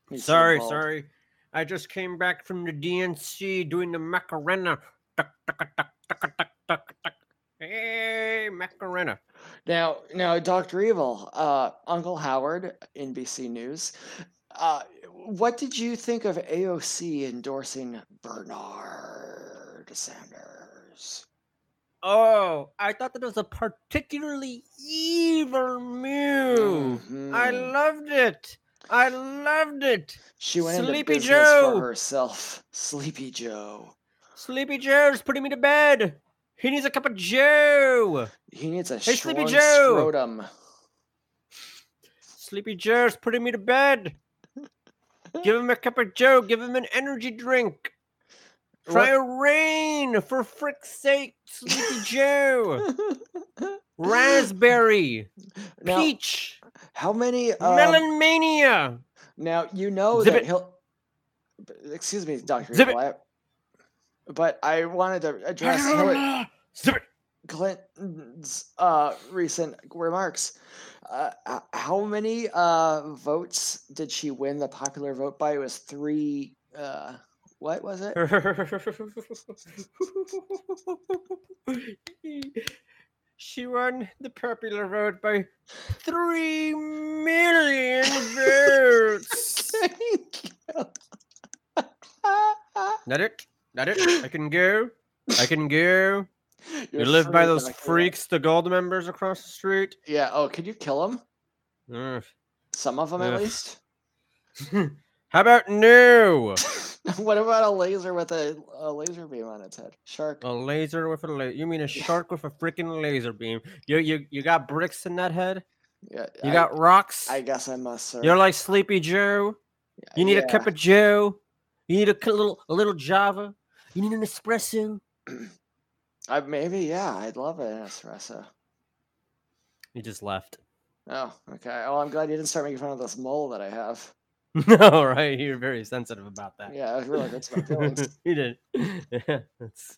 He's so sorry, bald. sorry. I just came back from the DNC doing the Macarena. Tuck, tuck, tuck, tuck, tuck, tuck, tuck. Hey, Macarena. Now, now, Doctor Evil, uh, Uncle Howard, NBC News. Uh, what did you think of AOC endorsing Bernard Sanders? Oh, I thought that was a particularly evil move. I Mhm. loved it. I loved it. She went into Sleepy business Joe. for herself. Sleepy Joe. Sleepy Joe's putting me to bed. He needs a cup of Joe. He needs a Hey, hey, Sleepy Sleepy Joe. scrotum. Sleepy Joe's putting me to bed. Give him a cup of Joe. Give him an energy drink. Try What- a rain for frick's sake, Sleepy Joe. Raspberry, now, peach, how many? Um, melon mania. Now you know Zip that it. he'll. b- Excuse me, Doctor Zip Evil. I, but I wanted to address Hillary Zip it. Clinton's uh, recent remarks. Uh, h- how many uh, votes did she win the popular vote by? It was three. Uh, what was it? she won the popular vote by three million votes. Thank you. That it? That it? I can go. I can go. You You're live by free, those Dr. Evil. freaks, the gold members across the street. Yeah. Oh, could you kill them? Ugh. Some of them, Ugh. at least. How about no? what about a laser with a, a laser beam on its head? Shark. A laser with a laser. You mean a Yeah. shark with a freaking laser beam? You you you got bricks in that head. Yeah, You I, got rocks. I guess I must. Sir. You're like Sleepy Joe. You need a cup of Joe. You need a cu- little a little Java. You need an espresso. I, maybe, yeah. I'd love an espresso. You just left. Oh, okay. Well, I'm glad you didn't start making fun of this mole that I have. no, right? You're very sensitive about that. Yeah, it really hurts my feelings. you did. That's-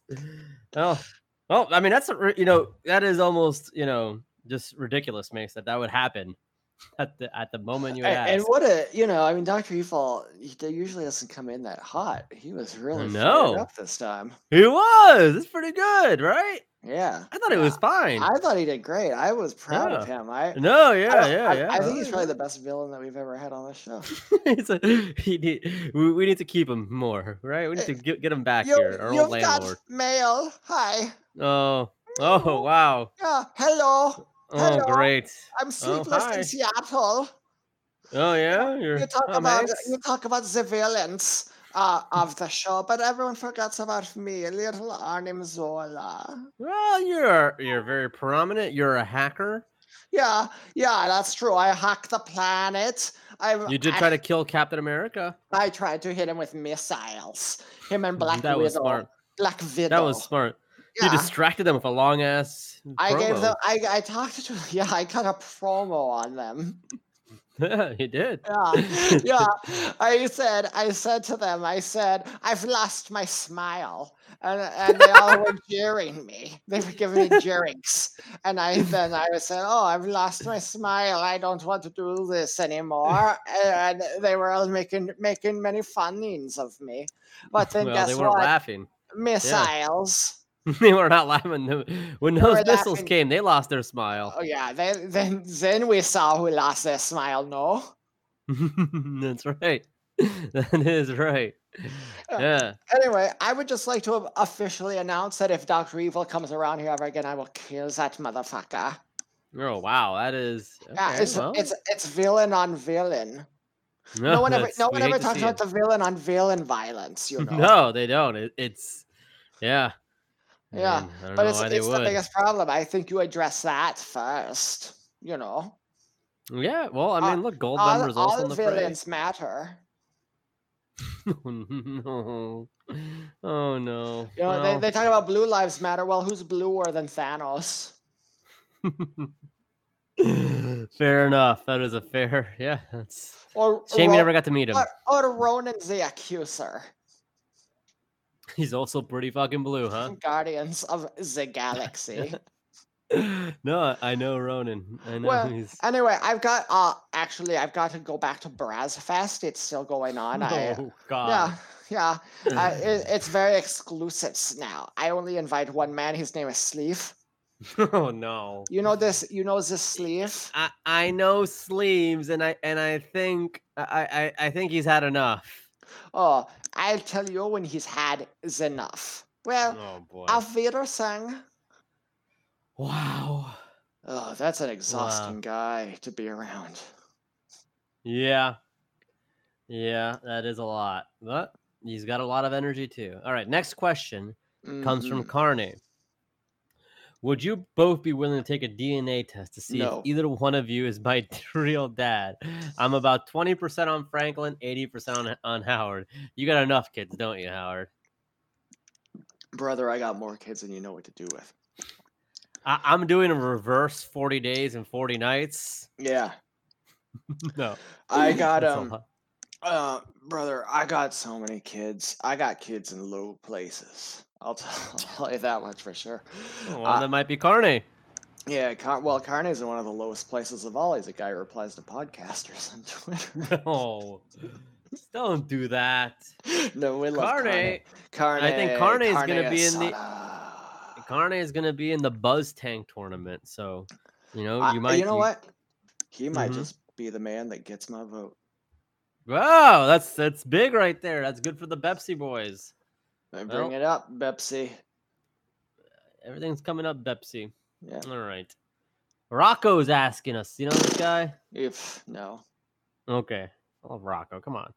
oh, well, I mean, that's a, ri- you know, that is almost you know just ridiculous, Mace, that that would happen at the at the moment you A- and, asked. what a you know, I mean, Doctor Evil he d- usually doesn't come in that hot. He was really know. fired up this time. He was. It's pretty good, right? Yeah, I thought it Yeah, was fine. I thought he did great. I was proud of him. I no, I yeah, don't- yeah, I, yeah. I think he's probably the best villain that we've ever had on this show. It's a- he need, we, we need to keep him more, right? We need to Eh, get, get him back here, our old you've got landlord. mail. Hi. Oh, oh, wow. Yeah. Hello. Oh, Hello. great. I'm sleepless Oh, hi. in Seattle. Oh, yeah. You're, you talk oh, about Mace. you talk about the villains uh, of the show, but everyone forgets about me, little Arnim Zola. Well, you're you're very prominent. You're a hacker. Yeah, yeah, that's true. I hacked the planet. I You did I, try to kill Captain America. I tried to hit him with missiles. Him and Black Mm, that Widow. was smart. Black Widow. That was smart. Yeah. You distracted them with a long ass. I gave promo. them. I, I talked to. Yeah, I got a promo on them. Yeah, you did. Yeah, yeah. I said. I said to them. I said, I've lost my smile, and, and they all were jeering me. They were giving me jerks, and I then I said, "Oh, I've lost my smile. I don't want to do this anymore." And they were all making making many funnings of me, but then well, they guess weren't what? laughing. Missiles. they were not laughing when the- when those were missiles laughing. came. They lost their smile. Oh yeah. Then then then we saw who lost their smile. No. That's right. That is right. Yeah. Anyway, I would just like to officially announce that if Doctor Evil comes around here ever again, I will kill that motherfucker. Oh wow, that is. Yeah, okay, it's, well, it's it's villain on villain. No one ever that's- no we one hate ever to talks see about it. the villain on villain violence, you know. No, they don't. It, it's yeah. I Yeah, mean, I don't but know it's why they it's the would. biggest problem. I think you address that first. You know, Yeah, well, I Uh, mean, look, gold all, members also all in the fray. villains matter. no. Oh You no. know, Well, they, they talk about blue lives matter. Well, who's bluer than Thanos? fair enough. That is a fair. Yeah, that's Or shame you Ro- never got to meet him. or, or Ronan the Accuser, He's also pretty fucking blue, huh? from Guardians of the Galaxy. no, I know Ronan. I know Well, he's. anyway, I've got uh actually I've got to go back to Brazfest. It's still going on. I, Oh God. yeah, yeah. uh, it, it's very exclusive s- now. I only invite one man. His name is Sleeve. oh no. You know this. You know this Sleeve. I, I know sleeves, and I and I think I, I I think he's had enough. Oh, I'll tell you when he's had is enough. Well, Oh boy. auf Wiedersehen. Wow. Oh, that's an exhausting guy to be around. Yeah. Yeah, that is a lot. But he's got a lot of energy too. All right, next question comes from Mhm. Carney. Would you both be willing to take a DNA test to see No. if either one of you is my real dad? I'm about 20% on Franklin, 80% on, on Howard. You got enough kids, don't you, Howard? Mm-hmm. brother. I got more kids than you know what to do with. I, I'm doing a reverse 40 days and 40 nights. Yeah, No. I got that's a um. lot. Uh, brother, I got so many kids. I got kids in low places. I'll t- I'll tell you that much for sure. Well, uh, that might be Carney. Yeah, Car- well, Carney's in one of the lowest places of all. He's a guy who replies to podcasters on Twitter. Oh, don't do that. no, we love Carney, Carney. Carney. I think Carney's gonna be in the- the. Carney is going to be in the Buzz Tank tournament, so you know Oh, you might. You know what? He might Mhm. just be the man that gets my vote. Wow, that's that's big right there. That's good for the Pepsi boys. I Bring Well- it up, Bepsy. Everything's coming up, Pepsi. Yeah. All right. Rocco's asking us. You know this guy? If no, Okay. I love Rocco. Come on.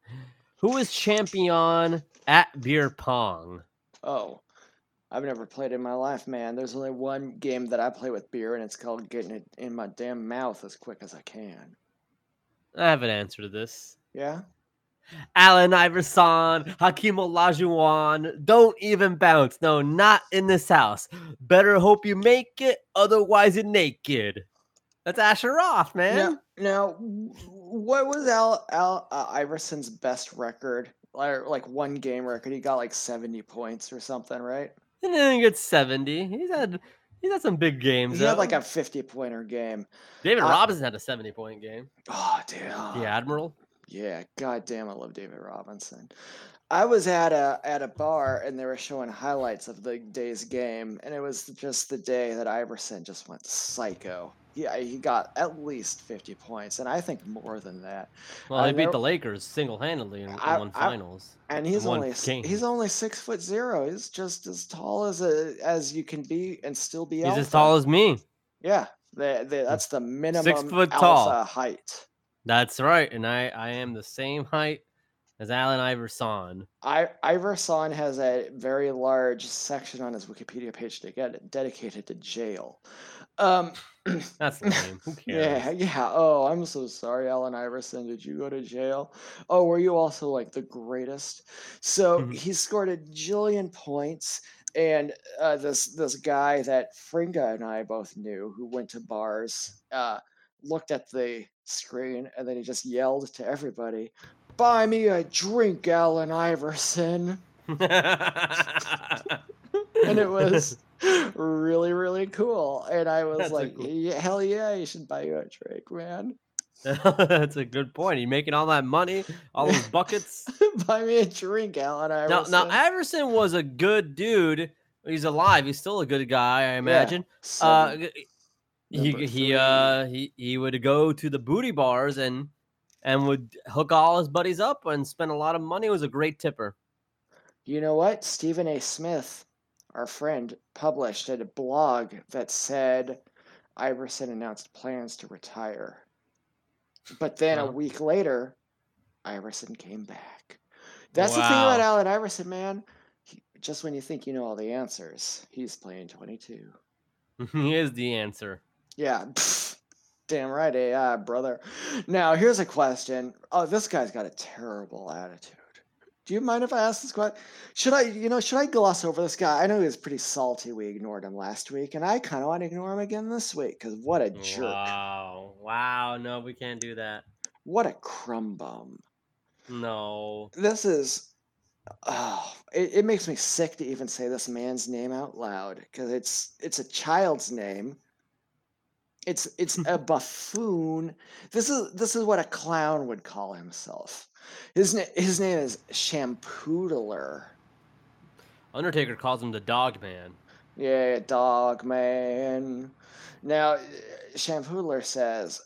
Who is champion at beer pong? Oh, I've never played in my life, man. There's only one game that I play with beer, and it's called getting it in my damn mouth as quick as I can. I have an answer to this. Yeah? Allen Iverson, Hakeem Olajuwon, don't even bounce. No, not in this house. Better hope you make it, otherwise you're naked. That's Asher Roth, man. Now, now, w- what was Al, Al uh, Iverson's best record? Like, like one game record. He got like 70 points or something, right? And then he gets 70. He's had he's had some big games. He had like though. a 50 pointer game. David uh, Robinson had a 70 point game. Oh, damn. The Admiral. Yeah, goddamn, I love David Robinson. I was at a at a bar and they were showing highlights of the day's game, and it was just the day that Iverson just went psycho. Yeah, he got at least fifty points, and I think more than that. Well, I they beat know- the Lakers single handedly in, in I- one I- finals. And he's one only s- game. he's only six foot zero. He's just as tall as a as you can be and still be. he's alpha. as tall as me. Yeah, they, they, that's the minimum foot alpha tall. height. That's right. And I, I am the same height as Allen Iverson. I Iverson has a very large section on his Wikipedia page to get it dedicated to jail. Um, That's lame. Who cares? yeah, yeah. Oh, I'm so sorry, Alan Iverson. Did you go to jail? Oh, were you also like the greatest? So Mhm. he scored a jillion points, and uh, this this guy that Fringa and I both knew, who went to bars, uh, looked at the screen, and then he just yelled to everybody, "Buy me a drink, Alan Iverson." and it was really really cool and i was That's a like cool- yeah, hell yeah you should buy you a drink man That's a good point. You making all that money, all those buckets. buy me a drink alan i now, now Iverson was a good dude. He's alive. He's still a good guy, I imagine. Uh, g- Number he three. he uh he, he would go to the booty bars and and would hook all his buddies up and spend a lot of money. He was a great tipper. You know what? Stephen A. Smith, our friend, published a blog that said Iverson announced plans to retire. But then a Wow. week later, Iverson came back. That's the thing about Wow. Allen Iverson, man. He, just when you think you know all the answers, he's playing 22. he is the answer. Yeah. pff, Damn right, AI, brother. Now, here's a question. Oh, this guy's got a terrible attitude. Do you mind if I ask this question? Should I, you know, should I gloss over this guy? I know he was pretty salty. We ignored him last week, and I kind of want to ignore him again this week because what a jerk. Wow. Wow. No, we can't do that. What a crumb bum. No. This is, oh, it, it makes me sick to even say this man's name out loud because it's it's a child's name. It's it's a buffoon. This is this is what a clown would call himself. His na- his name is Shampoodler. Undertaker calls him the dog man. Yeah, dog man. Now, uh, Shampoodler says,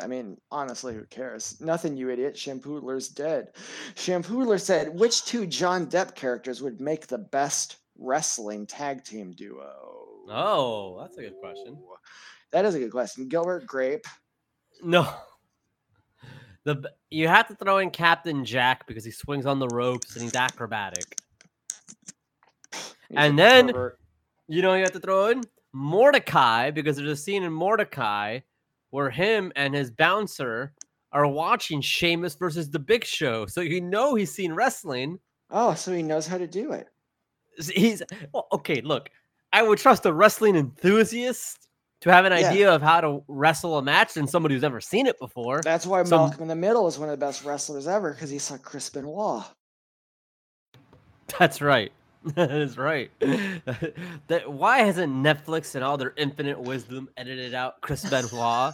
I mean, honestly, who cares? Nothing, you idiot. Shampoodler's dead. Shampoodler said, which two John Depp characters would make the best wrestling tag team duo? Oh, that's a good question. That is a good question. Gilbert Grape. No. The b- you have to throw in Captain Jack because he swings on the ropes and he's acrobatic. he's a And then pervert. you know who you have to throw in Mordecai because there's a scene in Mordecai where him and his bouncer are watching Sheamus versus The Big Show, so you know he's seen wrestling. Oh, so he knows how to do it. S- He's well, okay. Look, I would trust a wrestling enthusiast to have an Yeah. idea of how to wrestle a match than somebody who's ever seen it before. That's why So- Malcolm in the Middle is one of the best wrestlers ever because he saw Chris Benoit. That's right. That is right. that, why hasn't Netflix and all their infinite wisdom edited out Chris Benoit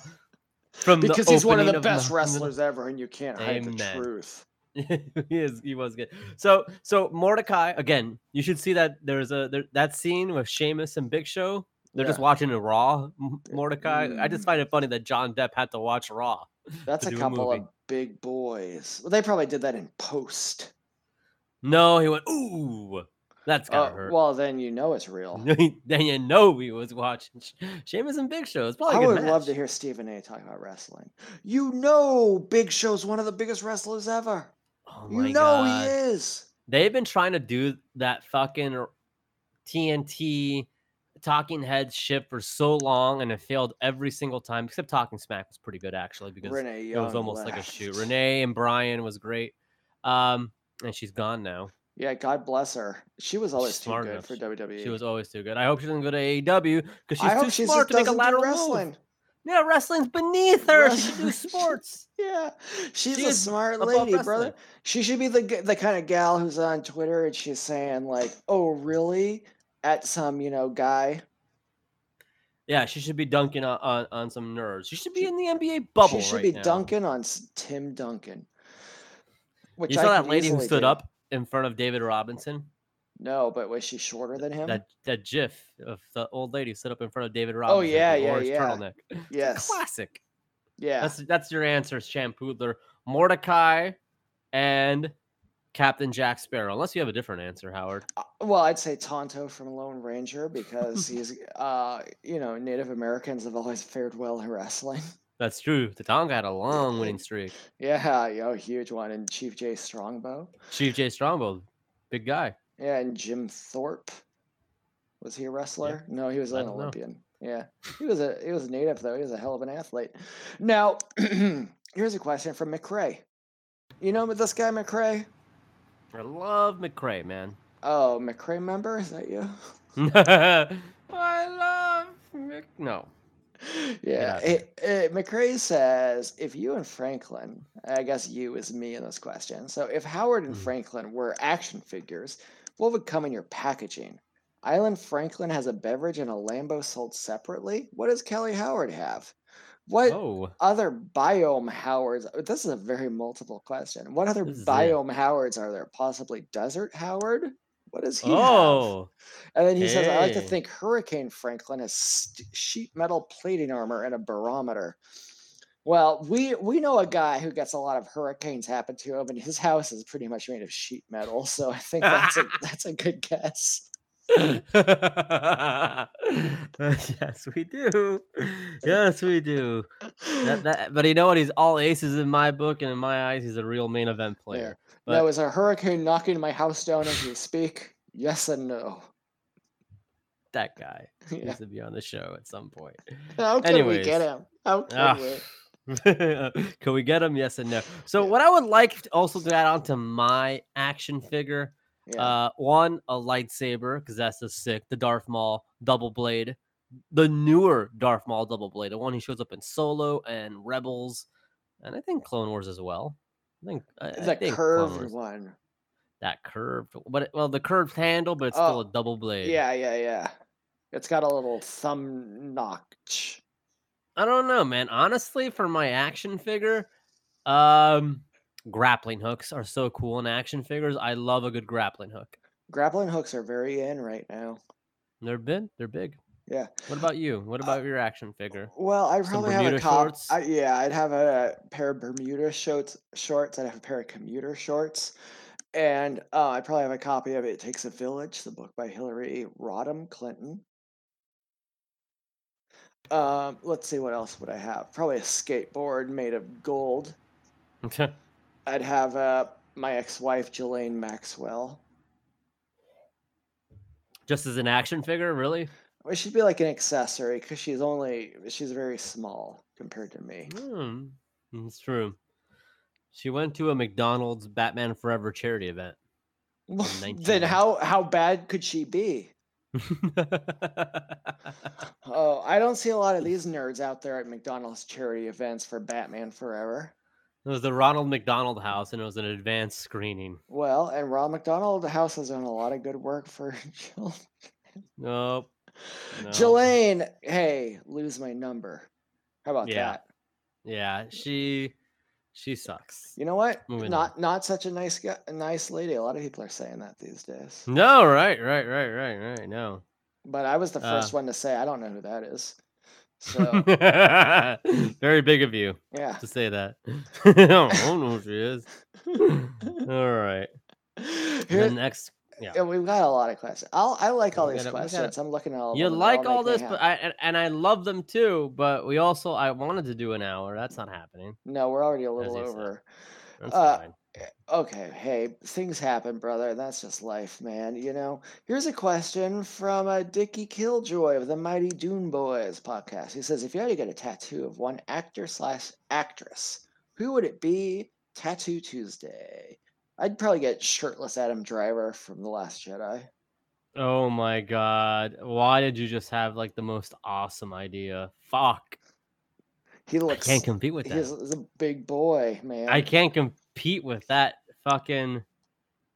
from Because the he's one of opening the best Malcolm in the- wrestlers ever, and you can't hide Amen. the truth. he is. He was good. So, so Mordecai again. You should see that there's a there, that scene with Sheamus and Big Show. They're just Yeah. watching a Raw. M- Mordecai. I just Mm. find it funny that John Depp had to watch Raw. That's a do a couple movie. of big boys. Well, they probably did that in post. No, he went. Ooh, that's Uh, gotta hurt. well, then you know it's real. then you know he was watching Sh- Sheamus and Big Show. It's probably. I a good would love to match. hear Stephen A. talk about wrestling. You know, Big Show's one of the biggest wrestlers ever. Oh you my know god. he is. They've been trying to do that fucking r- TNT talking head ship for so long and it failed every single time, except Talking Smack was pretty good actually because Renee it was Young almost like a shoot. left. Renee and Brian was great. Um, and she's gone now. Yeah, God bless her. She was always too smart good enough. for She WWE. She was always too good. I hope she doesn't go to AEW because I she's hope too she smart just to make doesn't a do lateral wrestling. move. Yeah, wrestling's beneath her. She should do Wrestling- sports. Yeah, she's She a is smart above lady, wrestling. brother. She should be the g- the kind of gal who's on Twitter and she's saying like, "Oh, really?" at some you know guy. Yeah, she should be dunking on, on, on some nerds. She should be in the NBA bubble. she should right be now. dunking on s- Tim Duncan. Which you I saw that could lady who easily stood do. up in front of David Robinson. No, but was she shorter than him? That that GIF of the old lady stood up in front of David Robinson. Oh, with yeah, the yeah, orange yeah. Turtleneck. yes. Classic. Yeah. That's that's your answer, Shampoodler, Mordecai, and Captain Jack Sparrow. Unless you have a different answer, Howard. Uh, Well, I'd say Tonto from Lone Ranger because he's, uh, you know, Native Americans have always fared well in wrestling. That's true. The Tonga had a long winning streak. Yeah, yo, huge one. And Chief J Strongbow. Chief J Strongbow, big guy. Yeah, and Jim Thorpe. Was he a wrestler? No, he was I an don't know. Olympian. Yeah. He was a he was a native though. He was a hell of an athlete. Now, here's a question from McRae. You know this guy McRae? I love McCray, man. Oh, McRae member? Is that you? I love Mc. No. Yeah. out of It, it, McRae says if you and Franklin, I guess you is me in this question. So if Howard and Mm. Franklin were action figures, What would come in your packaging? Island Franklin has a beverage and a Lambo sold separately? What does Kelly Howard have? What Oh, other biome Howards? This is a very multiple question. What other This is it. biome Howards are there? Possibly Desert Howard? What does he have? oh, And then he says, I like to Hey. think Hurricane Franklin has st- sheet metal plating armor and a barometer. Well, we we know a guy who gets a lot of hurricanes happen to him, and his house is pretty much made of sheet metal. So I think that's a, that's a good guess. yes, we do. Yes, we do. That, that, but you know what? He's all aces in my book, and in my eyes, he's a real main event player. Now, but- is a hurricane knocking my house down as we speak? Yes and no. That guy Yeah. needs to be on the show at some point. How can we get Anyways. him? How can Ah, we? Can we get him? Yes and no. So, what I would like to also to add on to my action figure Yeah. Uh, one, a lightsaber, because that's the sick. The Darth Maul double blade, the newer Darth Maul double blade, the one he shows up in Solo and Rebels, and I think Clone Wars as well. I think I, I the think Clone curved Wars- one. that curved, but it- well, the curved handle, but it's still Oh, a double blade. Yeah, yeah, yeah. It's got a little thumb notch. I don't know, man. Honestly, for my action figure, um, grappling hooks are so cool in action figures. I love a good grappling hook. Grappling hooks are very in right now. They're big. They're big. Yeah. Uh, What about you? What about your action figure? Well, I Some probably have a Bermuda cop. shorts? I, yeah, I'd have a pair of Bermuda shorts. Shorts. I'd have a pair of commuter shorts, and uh, I probably have a copy of "It Takes a Village," the book by Hillary Rodham Clinton. Um, let's see, what else would I have? Probably a skateboard made of gold. oh. I'd have uh, my ex-wife Jelaine Maxwell. Just as an action figure, really? Well, she'd be like an accessory because she's only she's very small compared to me. Hmm, that's true. She went to a McDonald's Batman Forever charity event. Well, then 1990. how how bad could she be? Oh, I don't see a lot of these nerds out there at McDonald's charity events for Batman Forever. it was the Ronald McDonald House, and it was an advanced screening. Well, and Ron McDonald House has done a lot of good work for Jill. Nope. no. Jelaine, hey, lose my number. How about Yeah. that? Yeah, she she sucks. You know what? Moving on. not not such a nice guy, a nice lady. A lot of people are saying that these days. No, right, right, right, right, right. No. But I was the Uh. first one to say I don't know who that is. So Very big of you yeah. to say that. I don't know who she is. All right. Here- The next Yeah, we've got a lot of questions. I'll, I like all We these gotta- we gotta- questions. I'm looking at all. of you them, and like they all make me this, but happy. I and, and I love them too. But we also I wanted to do an hour. That's not happening. no, we're already a little you said. over. That's Uh, fine. Okay, hey, things happen, brother. That's just life, man. You know. Here's a question from uh, Dickie Killjoy of the Mighty Dune Boys podcast. He says, if you had to get a tattoo of one actor slash actress, who would it be? Tattoo Tuesday. I'd probably get shirtless Adam Driver from The Last Jedi. Oh my god! Why did you just have like the most awesome idea? Fuck! He I looks. can't compete with he's, that. he's a big boy, man. I can't compete with that fucking.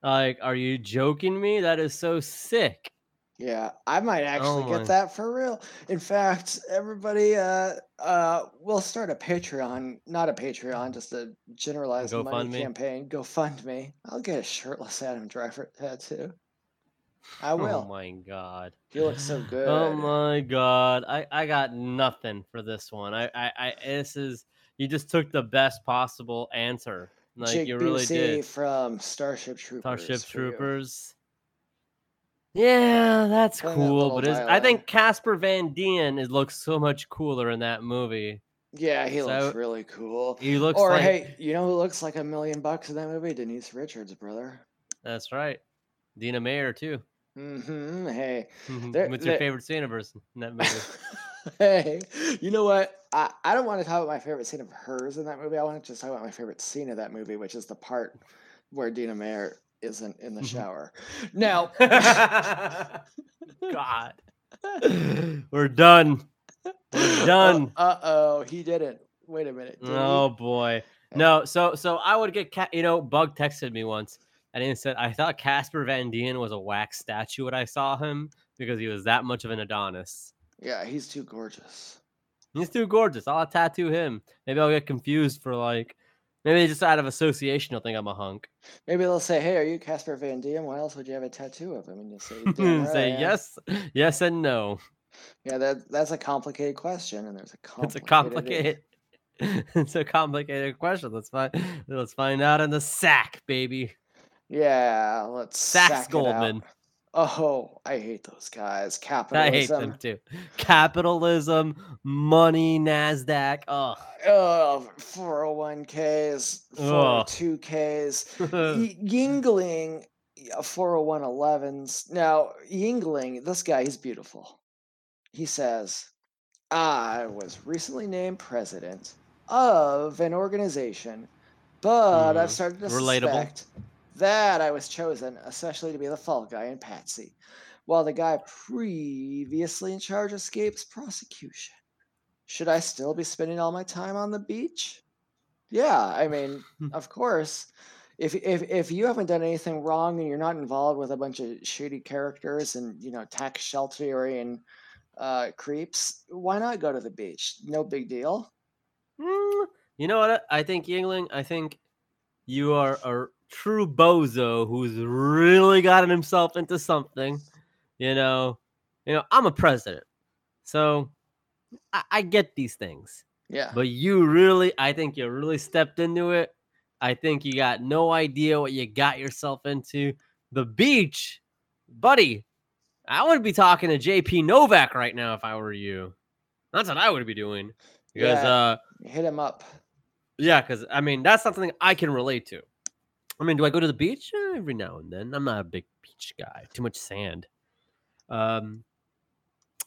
Like, are you joking me? That is so sick. Yeah, I might actually Oh, my. get that for real. In fact, everybody, uh, uh, we'll start a Patreon, not a Patreon, just a generalized money GoFundMe? campaign. GoFundMe. I'll get a shirtless Adam Driver tattoo. I Oh will. my god! he looks so good. Oh my god! I I got nothing for this one. I I, I this is you just took the best possible answer. Like Jake you really Busey did. from Starship Troopers. Starship for you. Troopers. Yeah, that's Playing that cool, little but it's, I violin. think Casper Van Dien is looks so much cooler in that movie. Yeah, he looks So- really cool. He looks Or like hey, you know who looks like a million bucks in that movie? Denise Richards, brother. that's right, Dina Mayer too. Mm-hmm. Hey. There- What's your there- favorite Santa person in that movie? hey, you know what? I, I don't want to talk about my favorite scene of hers in that movie. I want to just talk about my favorite scene of that movie, which is the part where Dina Mayer isn't in the Mhm. shower. Now, God, we're done. We're done. Uh oh, he didn't. Wait a minute. did he? Oh boy. Yeah. No, so so I would get cat you know, Bug texted me once. I didn't say I thought Casper Van Dien was a wax statue when I saw him because he was that much of an Adonis. Yeah, he's too gorgeous. He's too gorgeous. I'll tattoo him. Maybe I'll get confused for like maybe just out of association I'll think I'm a hunk. Maybe they'll say, "Hey, are you Casper Van Dien? Why else would you have a tattoo of him?" And you'll say, "Damn right I Say am." yes, yes and no. Yeah, that that's a complicated question, and there's a It's a complicated. complicated it's a complicated question. Let's find let's find out in the sack, baby. Yeah, let's Sachs sack it out. Goldman. Oh, I hate those guys. I Capitalism. hate them too. Capitalism, money, Nasdaq. Oh, Oh, 401ks, 402ks. E Y- Yingling, yeah, 40111s. Now, Yingling, this guy, he's beautiful. He says, I was recently named president of an organization, but Mhm. I've started to Relatable. suspect that I was chosen, especially to be the fall guy in Patsy, while the guy previously in charge escapes prosecution. Should I still be spending all my time on the beach? Yeah, I mean, of course. If if if you haven't done anything wrong and you're not involved with a bunch of shady characters and you know tax sheltering uh, creeps, why not go to the beach? No big deal. Mm, you know what? I think Yingling. I think you are a true bozo who's really gotten himself into something. You know, you know. I'm a president, so I, I get these things. Yeah, But you really, I think you really stepped into it. I think you got no idea what you got yourself into. The beach, buddy. I would be talking to JP Novak right now if I were you. That's what I would be doing. Because Yeah. uh hit him up. yeah, because I mean that's not something I can relate to. I mean, do I go to the beach Eh, every now and then? I'm not a big beach guy. Too much sand. Um,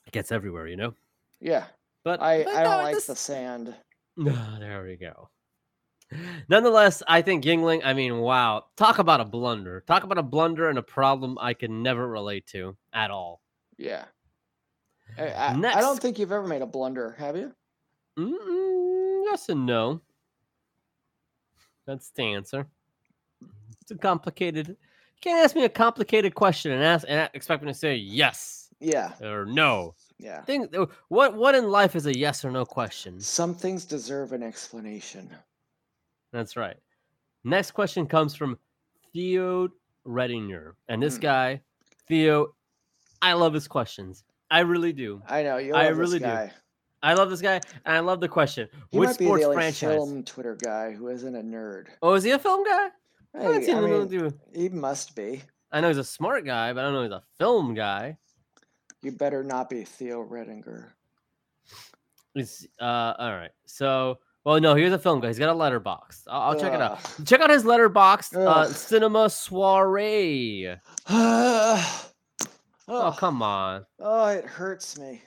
it gets everywhere, you know. Yeah, But I but I no, don't like this- the sand. Ah, there we go. Nonetheless, I think Yingling, I mean, wow, talk about a blunder. Talk about a blunder and a problem I can never relate to at all. Yeah, I, I, I Next. don't think you've ever made a blunder, have you? Mm-mm, yes and no. That's the answer. It's a complicated. You can't ask me a complicated question and ask and expect me to say yes Yeah, or no. yeah. Things, what what in life is a yes or no question? Some things deserve an explanation. That's right. Next question comes from Theo Redinger. And this Mm. guy, Theo, I love his questions. I really do. I know you. I love this really do. guy. I love this guy and I love the question. He Which might be the sports only franchise? film Twitter guy who isn't a nerd. Oh, is he a film guy? I, haven't Hey, seen I him mean, do- he must be. I know he's a smart guy, but I don't know he's a film guy. You better not be Theo Redinger. He's, uh, all right. So, well, no, he's a film guy. He's got a letterbox. I'll, I'll check it out. Ugh. Check out his letterbox, uh, Ugh. Cinema Soiree. oh, Oh, come on. oh, it hurts me.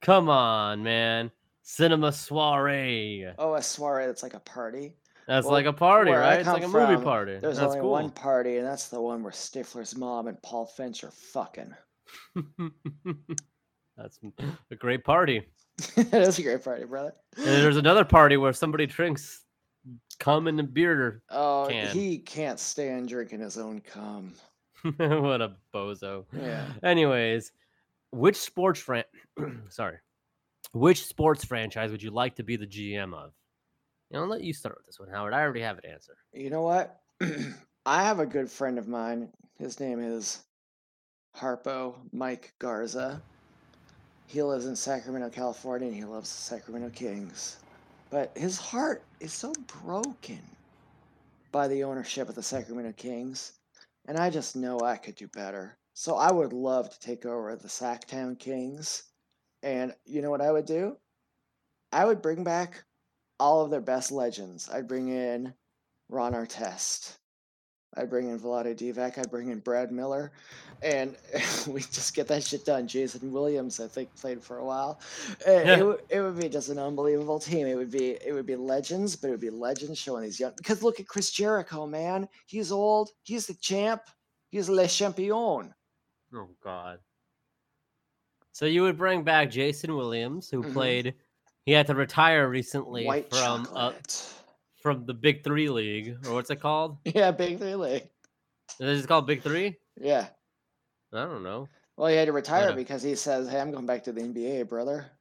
Come on, man. Cinema soiree. Oh, a soiree that's like a party. That's Well, like a party, where I right? It's like a come movie from, party. There's That's only cool. one party, and that's the one where Stifler's mom and Paul Finch are fucking. That's m- a great party. that's a great party, brother. And then there's another party where somebody drinks cum in the beer. oh, can. he can't stand drinking his own cum. what a bozo. Yeah. Anyways, which sports fran sorry. Which sports franchise would you like to be the GM of? You know, I'll let you start with this one, Howard. I already have an answer. You know what? I have a good friend of mine. His name is Harpo Mike Garza. He lives in Sacramento, California, and he loves the Sacramento Kings. But his heart is so broken by the ownership of the Sacramento Kings. And I just know I could do better. So I would love to take over the Sacktown Kings. And you know what I would do? I would bring back all of their best legends. I'd bring in Ron Artest. I'd bring in Vlade Divac. I'd bring in Brad Miller. And we just get that shit done. Jason Williams, I think, played for a while. Uh, Yeah. It, would it would be just an unbelievable team. It would be it would be legends, but it would be legends showing these young. Because look at Chris Jericho, man. He's old. He's the champ. He's le champion. Oh God. So you would bring back Jason Williams, who Mhm. played. He had to retire recently White from uh, chocolate. from the Big Three league, or what's it called? Yeah, big three leg. This is called Big Three. Yeah. I don't know. Well, he had to retire Yeah. because he says, "Hey, I'm going back to the NBA, brother."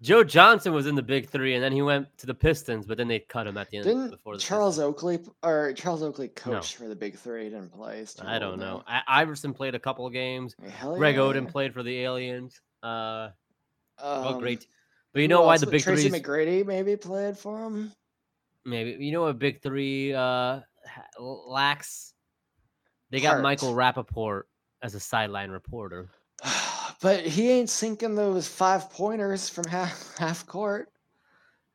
Joe Johnson was in the Big Three, and then he went to the Pistons, but then they cut him at the end Didn't before the Charles Pistons. Oakley p- or Charles Oakley coached for the Big Three? He didn't play. He's too I old don't know. now. I- Iverson played a couple of games. Hell Greg yeah. Oden played for the Aliens. Uh, well, Um, great. But you who know why else the would- Big Tracy Three? McGrady maybe played for him. maybe you know what Big Three uh, ha- lacks. They got Heart. Michael Rappaport as a sideline reporter. but he ain't sinking those five pointers from half half court.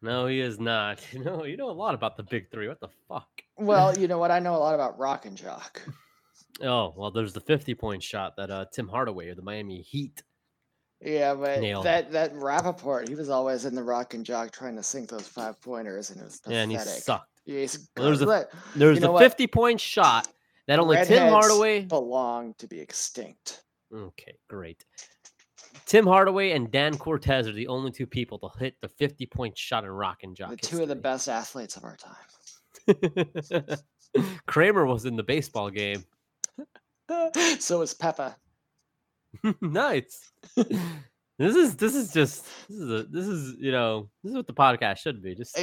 No, he is not. No, you know a lot about the Big Three. What the fuck? Well, you know what? I know a lot about Rock and Jock. Oh well, there's the 50 point shot that uh, Tim Hardaway or the Miami Heat. Yeah, but Nailed that it. that Rappaport, he was always in the Rock and Jock trying to sink those five pointers, and it was pathetic. Yeah, and he sucked. Yeah, he's Well, there's a- good. There's You know the what? 50 point shot that only Tim Redheads Hardaway. belong to be extinct. Okay, great. Tim Hardaway and Dan Cortez are the only two people to hit the 50 point shot in Rock and Jock. the two of the history. best athletes of our time. Kramer was in the baseball game. so is Peppa. nice. this is this is just this is a, this is you know this is what the podcast should be. Just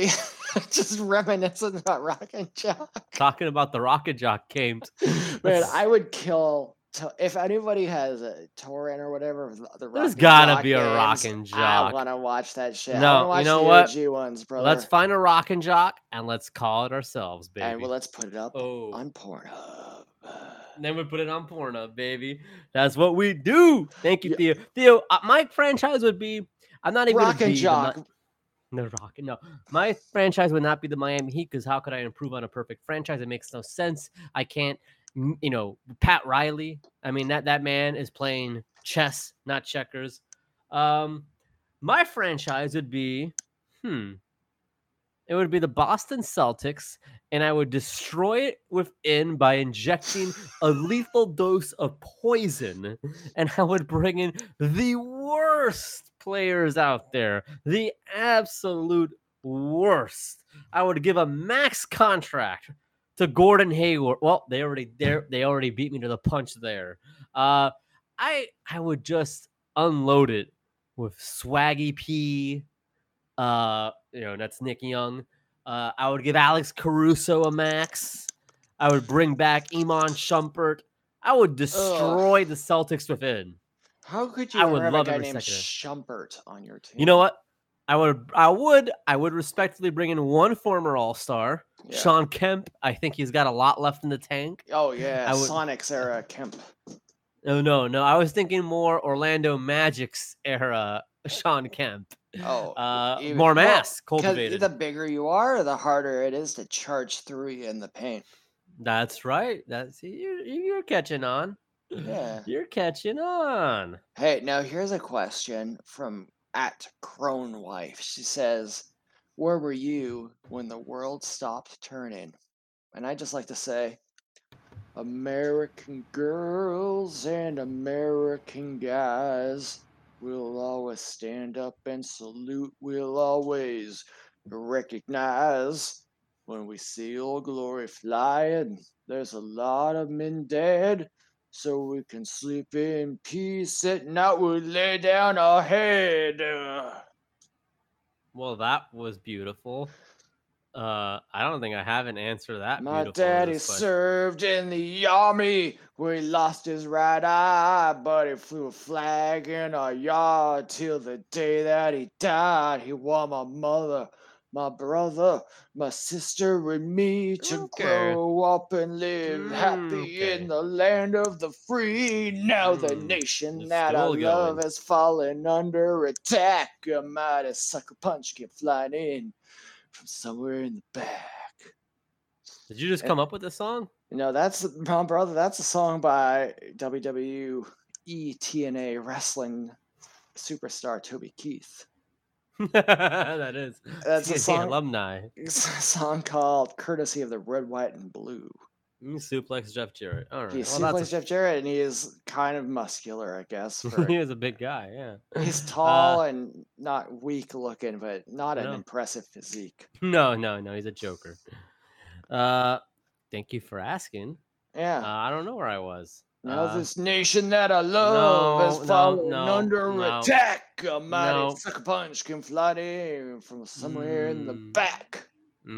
Just reminiscing about Rock and Jock. talking about the Rock and Jock games. Man, That's- I would kill to, if anybody has a torrent or whatever. of The the Rock There's and gotta Jock be a games, Rock and I Jock. want to watch that shit. No, I want you to know watch what? the OG ones, brother. Let's find a Rock and Jock and let's call it ourselves, baby. and well, let's put it up oh, on Pornhub. And then we put it on Pornhub, baby. That's what we do. Thank you, Yeah. Theo. Theo, uh, my franchise would be. I'm not even gonna Rock and be the Mi- Jock. No, Rock. No, my franchise would not be the Miami Heat because how could I improve on a perfect franchise? It makes no sense. I can't. m- You know, Pat Riley. I mean that that man is playing chess, not checkers. Um, my franchise would be, hmm, it would be the Boston Celtics, and I would destroy it within by injecting a lethal dose of poison, and I would bring in the worst players out there, the absolute worst. I would give a max contract to Gordon Hayward. Well, they already they they already beat me to the punch there. Uh, I I would just unload it with Swaggy P. Uh, you know that's Nick Young. Uh, I would give Alex Caruso a max. I would bring back Iman Shumpert. I would destroy the Celtics within. How could you I would ever have a love guy every named second Shumpert on your team? You know what? I would I would I would respectfully bring in one former all-star, Yeah. Sean Kemp. I think he's got a lot left in the tank. Oh yeah, I would- Sonics era Kemp. No, no, no. I was thinking more Orlando Magic's era Sean Kemp. Oh, Uh, even- more well, mass 'cause cultivated. The bigger you are, the harder it is to charge through you in the paint. That's right. That's you're, you're catching on. Yeah. You're catching on. Hey, now here's a question from at Cronewife. She says, "Where were you when the world stopped turning?" And I just like to say, American girls and American guys will always stand up and salute. We'll always recognize when we see old glory flying. There's a lot of men dead so we can sleep in peace at night. We lay down our head. uh, Ugh. Well, that was beautiful. Uh, I don't think I have an answer to that. My beautiful daddy this question. served in the army where he lost his right eye, but he flew a flag in our yard till the day that he died. He wore my mother, my brother, my sister, and me to Okay. Mm, grow up and live happy Okay. in the land of the free. Now the Mm, nation it's that I still going. love has fallen under attack. A mighty sucker punch came flying in from somewhere in the back. Did you just come up with this song? No, that's my brother. That's a song by E WWE TNA wrestling superstar Toby Keith. that is. That's a TNA song- alumni. It's a song called "Courtesy of the Red, White, and Blue." Mm, Suplex Jeff Jarrett. All right. He well, plays that's Jeff Jarrett, and he is kind of muscular, I guess. a- For, he is a big guy. Yeah. he's Uh, tall and not weak looking, but not an No. impressive physique. No, no, no. He's a joker. Uh, Thank you for asking. Uh, Yeah. I don't know where I was. now Uh, this nation that I love no, is no, fallen no, under no, attack. A mighty no. sucker punch can fly down from somewhere in the Mm. back.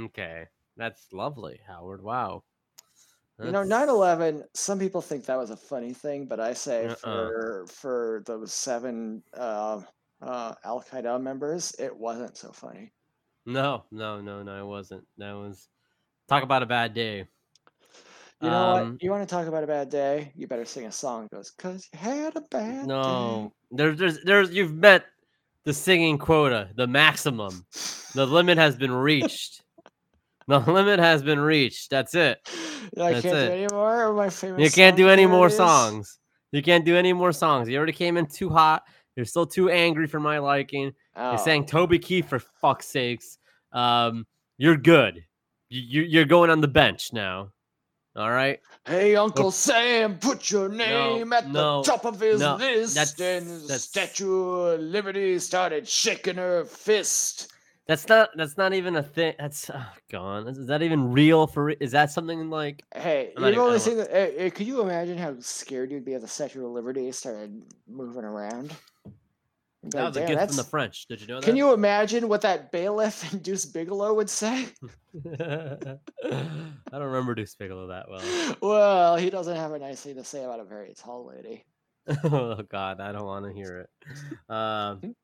okay, that's lovely, Howard. Wow. You know, That's- 9/11. Some people think that was a funny thing, but I say Uh-uh. for for those seven uh, uh, Al Qaeda members, it wasn't so funny. No, no, no, no. It wasn't. That was talk about a bad day. You know Um, what? You want to talk about a bad day? You better sing a song. that goes, "Cause you had a bad No, there's, there's, there's. You've met the singing quota, the maximum. The limit has been reached. the limit has been reached. That's it. day." I That's can't do it. any more of my famous. You can't do song any more series. songs. You can't do any more songs. You already came in too hot. You're still too angry for my liking. Oh, You're saying Toby Keith for fuck's sakes. Um, you're good. You, you, you're going on the bench now. All right. hey, Uncle Sam, put your name at the no, top of his no, list. that's- and the that's- Statue of Liberty started shaking her fist. That's not. That's not even a thing. That's oh, gone. Is that even real? For re- is that something like? Hey, I'm not you've even- I only don't seen the. Hey, hey, could you imagine how scared you'd be if the Statue of Liberty started moving around? You'd be That like, was a "Damn, gift that's- from the French. Did you know that? Can you imagine what that bailiff and Deuce Bigelow would say? I don't remember Deuce Bigelow that well. Well, he doesn't have a nice thing to say about a very tall lady. oh God, I don't want to hear it. Hmm, Um,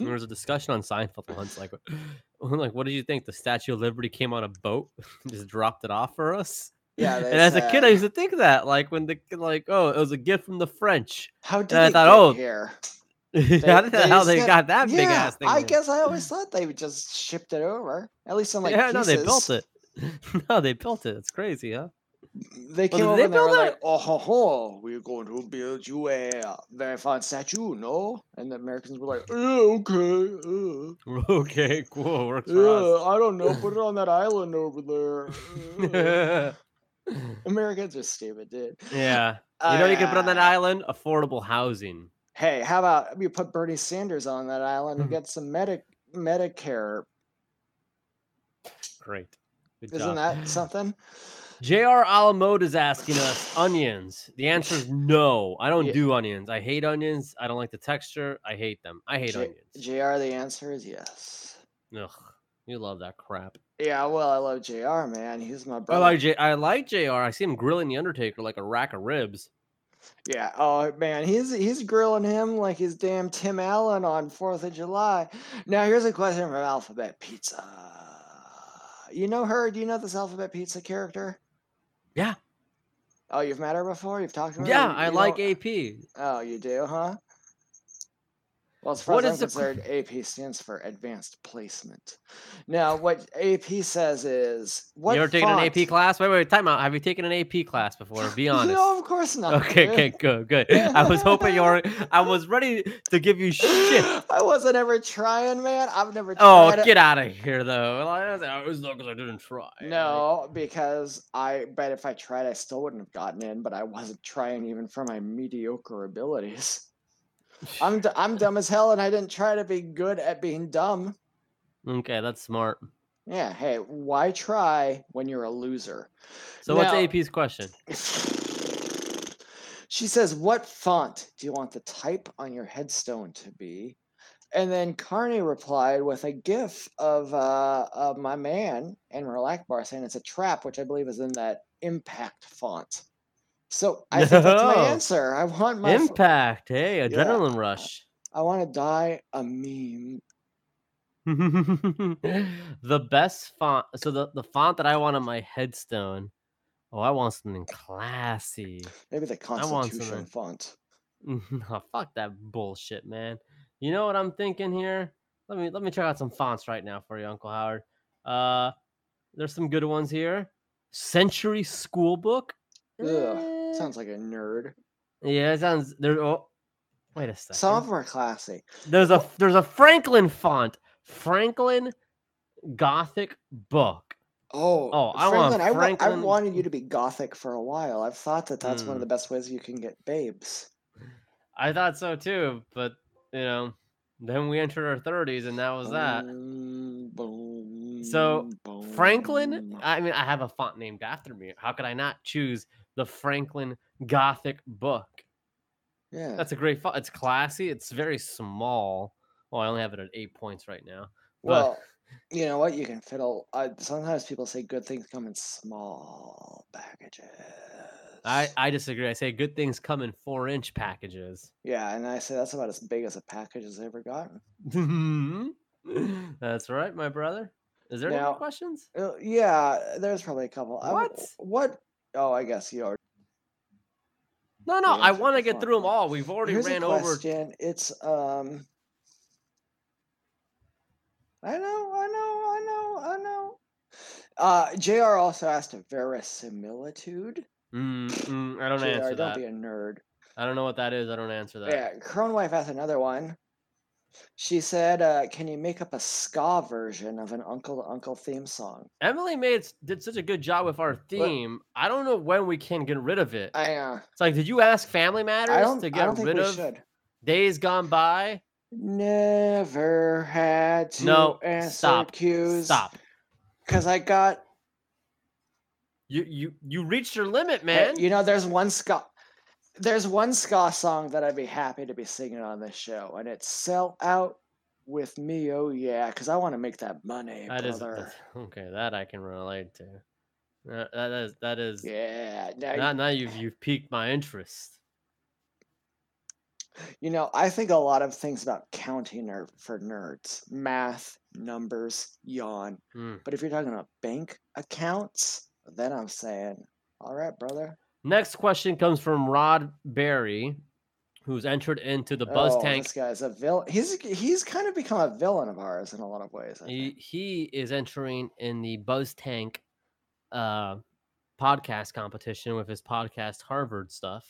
there was a discussion on Seinfeld once, like, like, what did you think? The Statue of Liberty came on a boat, and just dropped it off for us. Yeah, uh, they and as a said, kid, I used to think that, like, when the like, oh, it was a gift from the French. how did and I they thought, get "Oh, here? I don't know how just they got- got that big Yeah, ass thing. I there. guess I always thought they would just shipped it over. At least I'm like, yeah, no, they built pieces. it. no, they built it. It's crazy, huh? They came did over they and they were build like, it? oh ho ho, we're going to build you a very fine statue, no? And the Americans were like, "Uh, okay, Okay, cool. Works uh, uh, I don't know, put it on that island over there. uh." us. Americans are stupid, dude. yeah. You know what you can put on that Uh, island? Affordable housing. Hey, how about you put Bernie Sanders on that island and Mhm. get some Medi- Medicare? Great. Good Isn't job. that something? JR Alamode is asking us onions. The answer is no. I don't Yeah. do onions. I hate onions. I don't like the texture. I hate them. I hate J- onions. JR, the answer is yes. Ugh. You love that crap. Yeah, well, I love JR, man. He's my I brother. like J- I like JR. I see him grilling the Undertaker like a rack of ribs. yeah, oh man, he's he's grilling him like his damn Tim Allen on Fourth of July. Now here's a question from Alphabet Pizza. You know her? Do you know this Alphabet Pizza character? Yeah. Oh, you've met her before? You've talked to her? Yeah, You- I you like know- AP. Oh, you do, huh? Well, as far What as I'm is the qu- concerned, AP stands for Advanced Placement. Now, what AP says is, what you ever taken an AP font- class? Wait, wait, time out. Have you taken an AP class before? Be honest. No, of course not. Okay, dude. okay, good, good. I was hoping you were. I was ready to give you shit. I wasn't ever trying, man. I've never Oh, tried it. get out of here, though. Well, I was- I was because I didn't try. Like, No, because I bet if I tried, I still wouldn't have gotten in. But I wasn't trying even for my mediocre abilities. I'm d- I'm dumb as hell, and I didn't try to be good at being dumb. Okay, that's smart. Yeah, hey, why try when you're a loser? So, what's Now- AP's question? She says, What font do you want the type on your headstone to be? And then Carney replied with a gif of, uh, of my man and Relac Bar saying it's a trap, which I believe is in that impact font. So I think that's No. my answer. I want my f- Impact. Hey, adrenaline rush. I want to die a meme. the best font. So the the font that I want on my headstone. Oh, I want something classy. Maybe the want some Constitution of- font. No, fuck that bullshit, man. You know what I'm thinking here? Let me let me check out some fonts right now for you, Uncle Howard. Uh, there's some good ones here. Century School Book. Ugh, Eh, sounds like a nerd. yeah, it sounds there. Oh, wait a second. Some of them are classy. there's a there's a Franklin font. Franklin Gothic Book. Oh, Oh, I want Franklin, I, wa- I Franklin- wanted you to be gothic for a while. I've thought that that's one Mm. of the best ways you can get babes. I thought so too, but you know, then we entered our 30s, and that was that. Boom, boom, So, Boom, Franklin, boom. I mean, I have a font named after me. How could I not choose the Franklin Gothic book? yeah. That's a great font. It's classy. It's very small. Well, I only have it at eight points right now. but- well, you know what? You can fiddle. Uh, sometimes people say good things come in small packages. I, I disagree. I say good things come in four inch packages. yeah, and I say that's about as big as a package has ever gotten. That's right, my brother. Is there any Now- more questions? Uh, yeah, there's probably a couple. I w- What? What? Oh, I guess you are. No, no. we I answered want the to get phone through them call. all. We've already Here's ran a over. question. It's um. I know, I know, I know, I know. Uh, Jr. also asked a verisimilitude. Mm, mm, I don't JR, answer don't that. be a nerd. I don't know what that is. I don't answer that. Yeah, Kronwife has another one. She said, uh, "Can you make up a ska version of an Uncle to Uncle theme song?" Emily made s- did such a good job with our theme. I don't know when we can get rid of it. I uh, it's like, did you ask Family Matters I don't. to I get don't think rid we of should. Days Gone By? Never had to No, answer stop, cues. Stop. Because I got. You you you reached your limit, Man. man. you know, there's one ska. There's one ska song that I'd be happy to be singing on this show, and it's "Sell Out with Me." Oh yeah, because I want to make that money, That is brother. that's- okay. That I can relate to. Uh, that is that is yeah. Now, now, now you've you've piqued my interest. You know, I think a lot of things about counting are for nerds math, numbers, yawn. Mm. But if you're talking about bank accounts, then I'm saying, all right, brother. Next question comes from Rod Berry, who's entered into the Buzz Oh, Tank. This guy's a villain. He's he's kind of become a villain of ours in a lot of ways. I He, think. he is entering in the Buzz Tank uh, podcast competition with his podcast Harvard stuff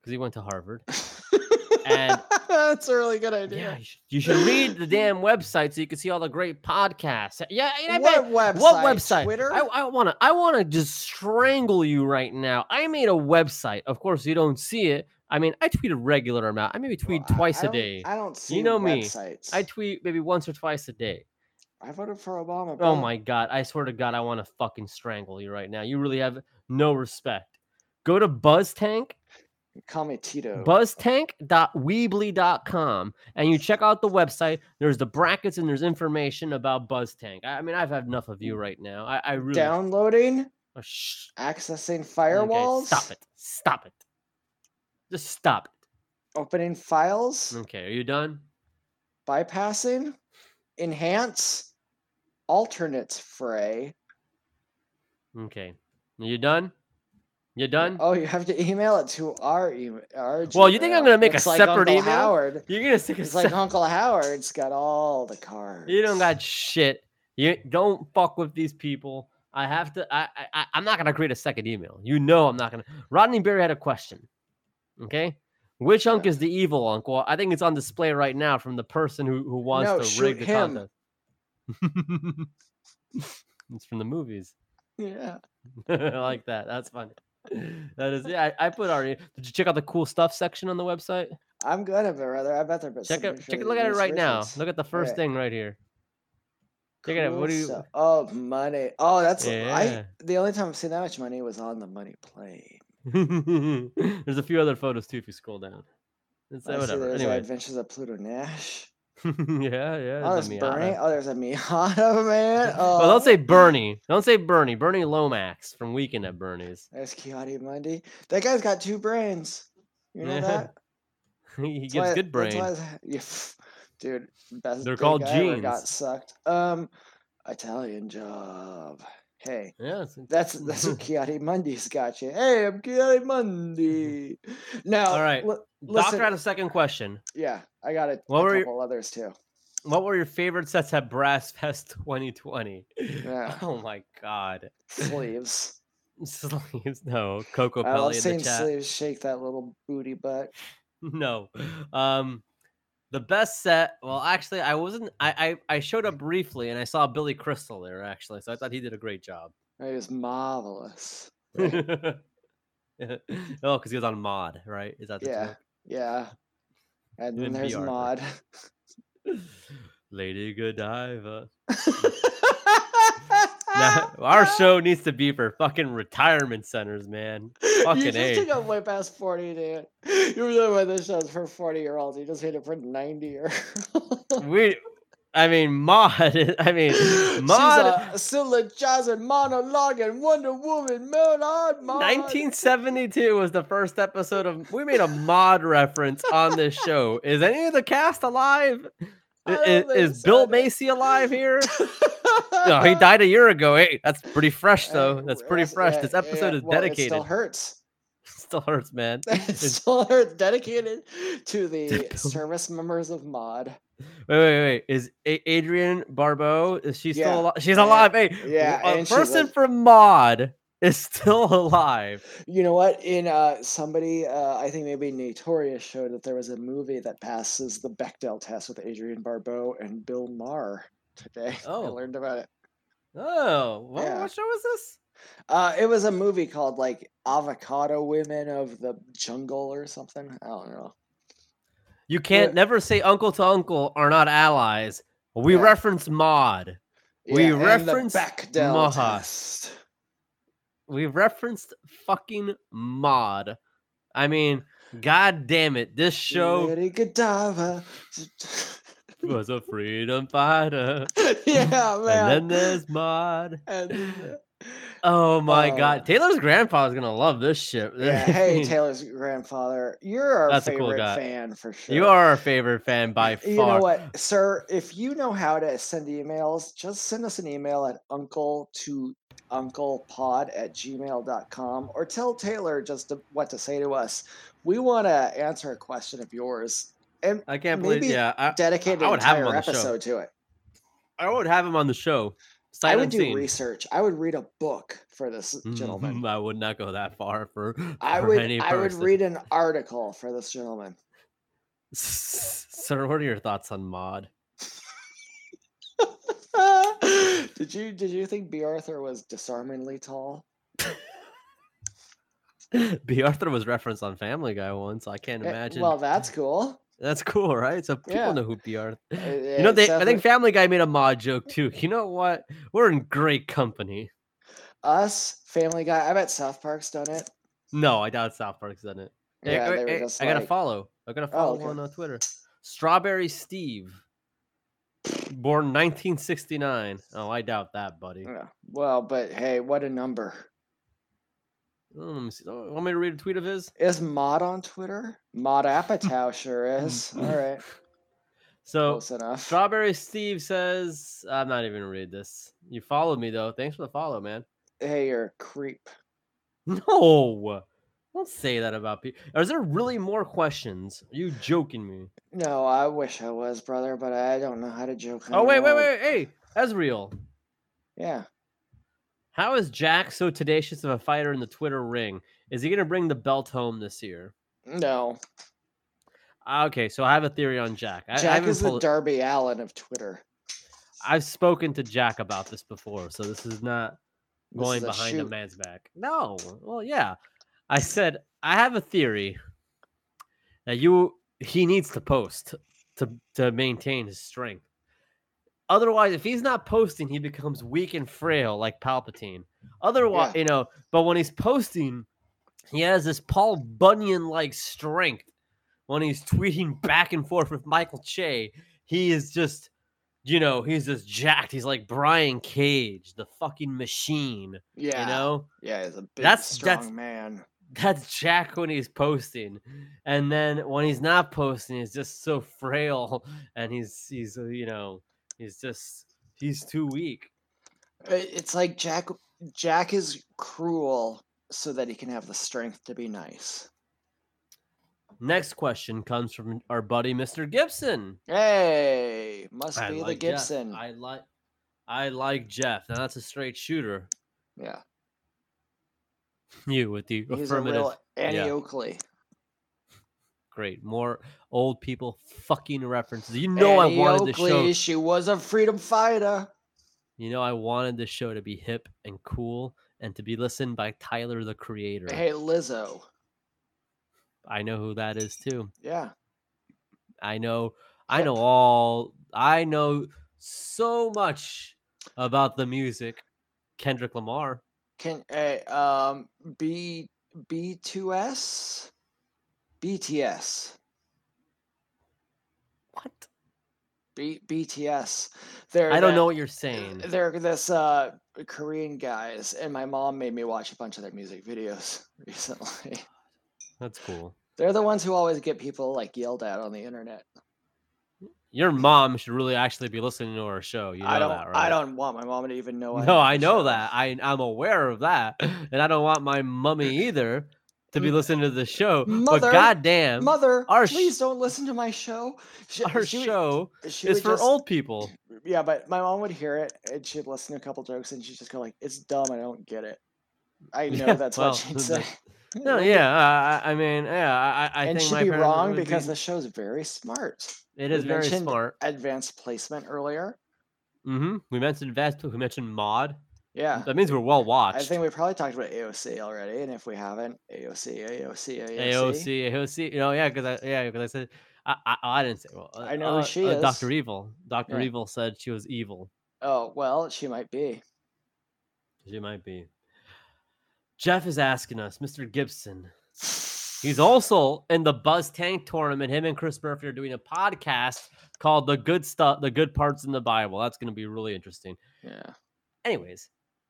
because he went to Harvard. And- that's a really good Yeah, idea. you should, you should read the damn website so you can see all the great podcasts. Yeah, and I bet what website? What website? Twitter? I, I wanna I wanna just strangle you right now. I made a website. Of course you don't see it. I mean I tweet a regular amount. I maybe tweet Well, I- twice I a don't- day. I, I don't see know me. websites. tweet maybe once or twice a day. I voted for Obama. Oh bro. my god, I swear to god I wanna fucking strangle you right now. You really have no respect. Go to BuzzTank, Call me Tito. buzztank.weebly.com, and you check out the website. There's the brackets and there's information about BuzzTank. I, I mean, I've had enough of Mm. you right now. I, I really. Downloading, Oh, shh. accessing Okay, firewalls. stop it. Stop it. Just stop it. opening files, Okay, are you done? bypassing, enhance, alternates fray. Okay. Are you done? You done? Oh, you have to email it to our email. Our Well, you think I'm Gmail. gonna make a It's like separate Uncle email? Howard. You're gonna stick a It's like se- Uncle Howard's got all the cards. You don't got shit. You don't fuck with these people. I have to. I, I- I. I'm not gonna create a second email. You know, I'm not gonna. Rodney Berry had a question. Okay, which unk Yeah. is the evil unk? Well, I think it's on display right now from the person who who wants No, to shoot rig the him. contest. it's from the movies. Yeah. I like that. That's funny. That is, yeah. I, I put our. Did you check out the cool stuff section on the website? I'm good at it, brother. I bet there. But Check it. Check it. Look at it right now. Look at the first Okay. thing right here. Check it out. What do you? Oh, money. Oh, that's. Yeah. I. The only time I've seen that much money was on the money plane. There's a few other photos too if you scroll down. It's uh, I see whatever. There's uh, Anyway, Adventures of Pluto Nash. yeah, yeah. Oh, there's there's a Bernie. Miata. Oh, there's a Miata, man. Oh, well, don't say Bernie. Don't say Bernie. Bernie Lomax from Weekend at Bernie's. There's Kiati Mundi. That guy's got two brains. You know Yeah, that? he gives That's why- good that's brain. why his- yeah, pff, dude, best They're dick called I ever Got genes. sucked. Um, Italian job. Hey, Yeah, it's- that's that's what Kiati Mundi's got you. Hey, I'm Kiati Mundi. Now, All right, li- listen, Doctor had a second question. yeah, I got it. What a were your- couple others too. What were your favorite sets at Brass Fest 2020? Yeah. Oh my God. Sleeves. Sleeves? No. Coco I love Pelli in seeing the chat. sleeves shake that little booty butt. No. Um the best set, well actually I wasn't I, I I showed up briefly and I saw Billy Crystal there actually, so I thought he did a great job. It was marvelous. oh, Right. because Oh, he was on mod, right? Is that the yeah, yeah. And Even then there's VR, Mod. joke? Lady Godiva. Now, our show needs to be for fucking retirement centers, man. Fucking you just A. hit up way past 40, dude. You really want this show's for 40 year olds. You just hit it for 90 year We, I mean, Maud. is- I mean, Maud. She's uh, a syllogizing, monologuing Wonder Woman, man on Maud. 1972 was the first episode of. We made a mod reference on this show. Is any of the cast alive? I I- don't i- think Is, so, Bill dude. Macy alive here? no, he died a year ago. Hey, that's pretty fresh, Uh, though. That's pretty yes, fresh. yeah, This yeah, episode is well, dedicated. It still hurts. still hurts, man. It It's- still hurts. Dedicated to the Dedicated. service members of Mod. Wait, wait, wait. Is a- Adrian Barbeau? Is she still Yeah, alive? She's yeah, alive. Hey, w- yeah, a and she person was- from Mod is still alive. You know what? In uh, somebody, uh, I think maybe Notorious showed that there was a movie that passes the Bechdel test with Adrian Barbeau and Bill Maher today. I Oh. learned about it. Oh, what, Yeah. what show was this? Uh, it was a movie called like Avocado Women of the Jungle or something. I don't know. You can't What- never say uncle to uncle are not allies. We Yeah. reference Mod. We and the referenced Bechdel Maher. test. We referenced fucking Mod. I mean, god damn it. This show Lady Godiva. was a freedom fighter. yeah, man. And then there's Mod. And, Oh my Oh. god. Taylor's grandpa's gonna love this shit. yeah, I hey, mean, Taylor's grandfather, you're our That's a cool favorite guy. fan for sure. You are our favorite fan by far. You know what, sir? If you know how to send emails, just send us an email at uncle to unclepod at gmail.com or tell Taylor just to- what to say to us. We want to answer a question of yours and I can't believe. maybe Yeah, I, dedicate I an would have him entire on the show. episode to it. I would have him on the show. Sight I would do unseen. research. I would read a book for this gentleman. Mm, I would not go that far for. I for would Any I would person. read an article for this gentleman. Sir, what are your thoughts on Mod? did you did you think B. Arthur was disarmingly tall? B. Arthur was referenced on Family Guy once. I can't Eh, imagine. Well, that's cool. That's cool, right? So people Yeah. know who B. Arthur. Uh, You know, uh, they, I Seth think Mac- Family Guy made a mod joke too. You know what? We're in great company. us, Family Guy. I bet South Park's done it. No, I doubt South Park's done it. Eh, Yeah, eh, they were eh, just I gotta like- Oh, follow. I gotta follow okay. on uh, Twitter. Strawberry Steve, born 1969. Oh, I doubt that, buddy. Yeah. Well, but hey, what a number! Oh, let me see. Oh, want me to read a tweet of his? Is Mod on Twitter? Mod Apatow sure is. All right, So, close enough. Strawberry Steve says, "I'm not even gonna read this. You followed me though. Thanks for the follow, man." Hey, you're a creep. No, don't say that about people. Is there really more questions? Are you joking me? No, I wish I was, brother, but I don't know how to joke. Oh wait, wait, anymore. wait, hey, Ezreal. Yeah. How is Jack so tenacious of a fighter in the Twitter ring? Is he gonna bring the belt home this year? No, Ah, Okay, so I have a theory on Jack. I, I Jack haven't is the pulled- Darby Allen of Twitter. I've spoken to Jack about this before, so this is not This going is a behind a shoot. man's back. No. Well, yeah. I said I have a theory that you he needs to post to to maintain his strength. Otherwise, if he's not posting, he becomes weak and frail like Palpatine. Otherwise, you know, but when he's posting, he has this Paul Bunyan like strength. When he's tweeting back and forth with Michael Che, he is just, you know, he's just jacked. He's like Brian Cage, the fucking machine. Yeah, You know, yeah, he's a big, That's- strong that's- man. that's Jack when he's posting, and then when he's not posting, he's just so frail, and he's he's uh, you know he's just he's too weak. I- It's like Jack. Jack is cruel so that he can have the strength to be nice. Next question comes from our buddy Mr. Gibson. Hey, must I be like the Jeff. Gibson. I like I like Jeff. Now that's a straight shooter. Yeah, You with the he's a affirmative. real Annie yeah. Oakley. Great. More old people fucking references. You know Annie I wanted Oakley, the show. She was a freedom fighter. You know I wanted the show to be hip and cool and to be listened by Tyler the Creator. Hey, Lizzo. I know who that is too. Yeah, I know I Yep. know all I know so much about the music Kendrick Lamar. Can uh, um B B2S BTS What? B, BTS. They're I don't that- know what you're saying. They're this uh Korean guys, and my mom made me watch a bunch of their music videos recently. That's cool. They're the ones who always get people like yelled at on the internet. Your mom should really actually be listening to our show. You know I don't. that, right? I don't want my mom to even know. No, have I this know show. that. I I'm aware of that, and I don't want my mummy either to be M- listening to the show. Mother- but goddamn, Mother, Our sh- please don't listen to my show. She, our she would- show she is would for just- old people. Yeah, but my mom would hear it and she'd listen to a couple jokes and she'd just go like, "It's dumb. I don't get it." I know Yeah, that's well, what she'd say. No, yeah, I, I mean, yeah, I, I and think she'd my be parents wrong would be- because the show's very smart. it is we very mentioned- smart. Advanced placement earlier. hmm We mentioned Vespa, we mentioned Mod. Yeah. That means we're well watched. I think we probably talked about AOC already, and if we haven't, AOC, AOC, AOC. AOC, AOC. You know, yeah, because I yeah, because I said I, I oh, I didn't say well. uh, I know who she is. Doctor Evil. Doctor Yeah. Evil said she was evil. Oh well, she might be. She might be. Jeff is asking us, Mr. Gibson. He's also in the Buzz Tank tournament. Him and Chris Murphy are doing a podcast called "The Good Stuff: The Good Parts in the Bible." That's going to be really interesting. Yeah. Anyways,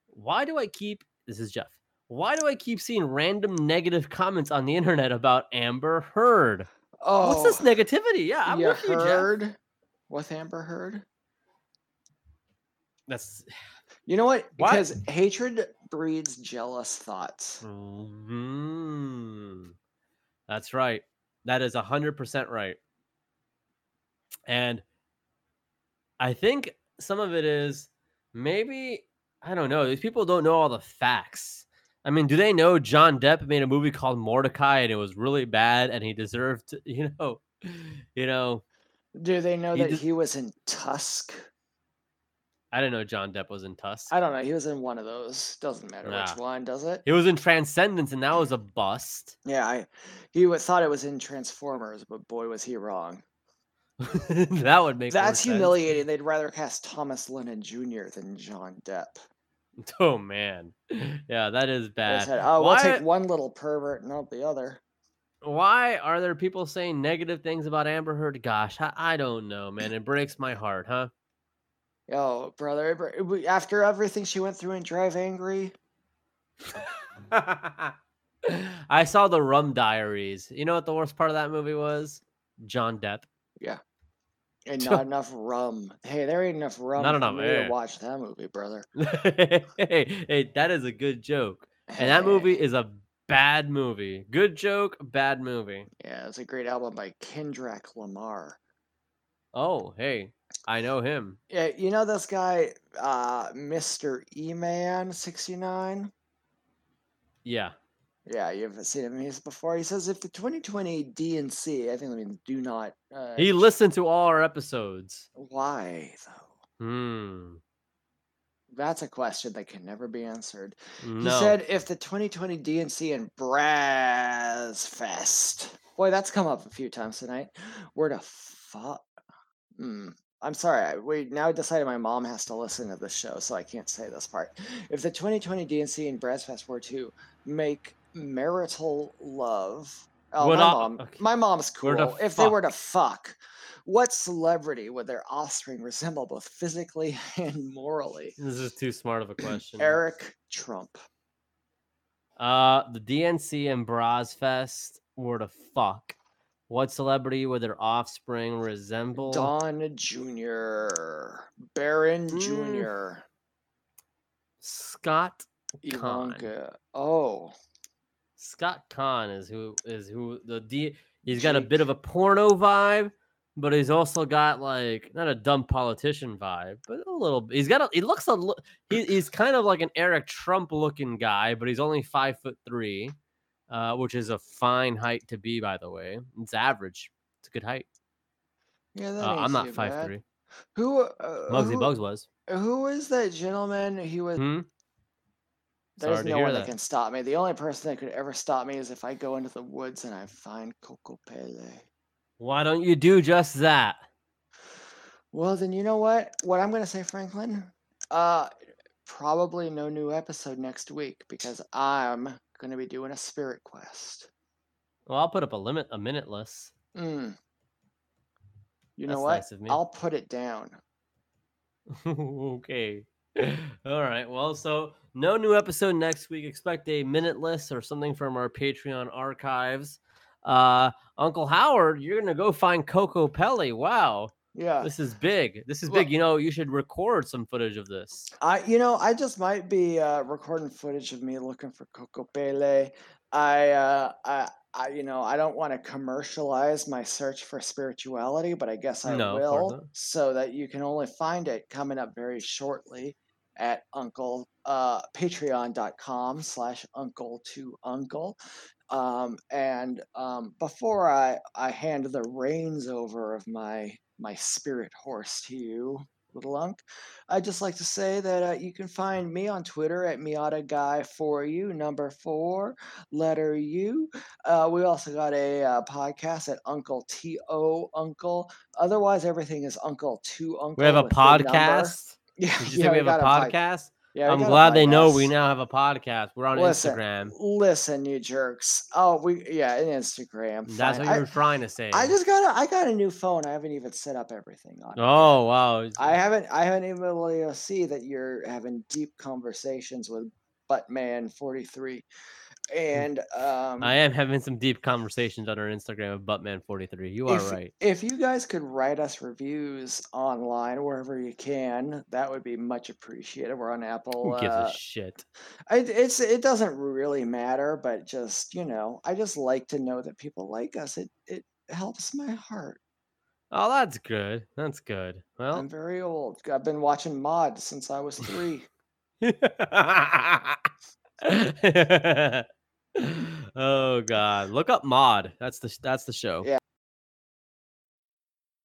why do I keep this is Jeff? Why do I keep seeing random negative comments on the internet about Amber Heard? Oh, What's this negativity? Yeah, I'm you with you, Jeff. heard with Amber Heard? That's You know what? What? Because hatred breeds jealous thoughts. Mm, that's right. That is hundred percent right. And I think some of it is maybe I don't know. These people don't know all the facts. I mean, do they know John Depp made a movie called Mordecai and it was really bad and he deserved, to- you know, you know, Mm. Do they know You that just- he was in Tusk? I didn't know John Depp was in Tusk. I don't know. He was in one of those. Doesn't matter Nah. which one, does it? He was in Transcendence and that was a bust. Yeah, I, he would, thought it was in Transformers, but boy, was he wrong. that would make more That's sense. humiliating. They'd rather cast Thomas Lennon Jr. than John Depp. Oh man, yeah, that is They bad. said, "Oh, why, we'll take one little pervert and not the other." why are there people saying negative things about Amber Heard? Gosh, I, I don't know, man. It breaks my heart, huh? Yo, brother, it br- we- after everything she went through in Drive Angry, I saw the Rum Diaries. You know what the worst part of that movie was? John Depp. and not enough rum. Hey, there ain't enough rum Not for enough, eh? me yeah. to watch that movie, brother. hey, hey, that is a good joke, and that movie is a bad movie. Good joke, bad movie. yeah, it's a great album by Kendrick Lamar. Oh, hey, I know him. Yeah, you know this guy, uh, Mr. E-Man 69? Yeah, Yeah, you've seen him he's before. He says if the 2020 DNC, I think that means do not. Uh, he listened to all our episodes. why though? Hmm. That's a question that can never be answered. He No. said if the 2020 DNC and Braz Fest, boy, that's come up a few times tonight, were to fuck. Mm. I'm sorry. I, we now decided my mom has to listen to this show, so I can't say this part. If the 2020 DNC and Braz Fest were to make marital love, oh, Would my I- mom, okay. my mom's Were to cool. If they were to fuck, what celebrity would their offspring resemble both physically and morally? This is too smart of a question. Eric Trump. Uh, the DNC and Bras Fest were to fuck. What celebrity would their offspring resemble? Don Jr., Baron Mm. Jr., Scott Con. Ivanka. Oh, Scott Kahn is who is who the D. He's got a bit of a porno vibe, but he's also got like not a dumb politician vibe, but a little. He's got a. He looks a. li- He, he's kind of like an Eric Trump looking guy, but he's only five foot three, uh, which is a fine height to be, by the way. It's average. It's a good height. yeah, that Uh, ain't I'm too not bad. five three. Who, uh, Muggsy who, Bugs was. who is that gentleman? He was. Hmm? There's Sorry to no hear one that. that. can stop me. The only person that could ever stop me is if I go into the woods and I find Coco Pele. Why don't you do just that? Well, then you know what? What I'm gonna say, Franklin. Uh, probably no new episode next week because I'm going to be doing a spirit quest. Well, I'll put up a limit, a minute less. Mm. You know That's what? nice of me. I'll put it down. okay. All right. Well, so no new episode next week. Expect a minute list or something from our Patreon archives. Uh, Uncle Howard, you're gonna go find Coco Pelli. Wow, Yeah. this is big. This is well- big. You know, you should record some footage of this. I, you know, I just might be uh, recording footage of me looking for Coco Pele. I, uh, I, I, you know, I don't want to commercialize my search for spirituality, but I guess I No, of course will, not. so that you can only find it coming up very shortly at Uncle uh, Patreon.com slash Uncle to Uncle. Um, and um, before I, I hand the reins over of my my spirit horse to you, little Unc. I'd just like to say that uh, you can find me on Twitter at Miata Guy for you, number four, letter U. Uh, we also got a uh, podcast at Uncle T O Uncle. Otherwise, everything is Uncle Two Uncle. We have a with the number. podcast. Yeah, Did you yeah, say we have got a pod- podcast? yeah, we I'm got a glad they know we podcast. now have a podcast. We're on Listen, Instagram. Listen, you jerks. Oh, we yeah, and Instagram. That's fine. what you were trying to say. I, I just got a I got a new phone. I haven't even set up everything on. it. Oh wow. I haven't I haven't even been able to see that you're having deep conversations with Buttman forty three. And um Hmm. I am having some deep conversations on our Instagram of Buttman43. You are if, right. If you guys could write us reviews online wherever you can, that would be much appreciated. We're on Apple. Who gives uh, a shit? it, it's it doesn't really matter, but just you know, I just like to know that people like us. It it helps my heart. Oh, that's good. That's good. Well, I'm very old. I've been watching Mod since I was three. oh god, look up Mod. That's the sh- that's the show. Yeah.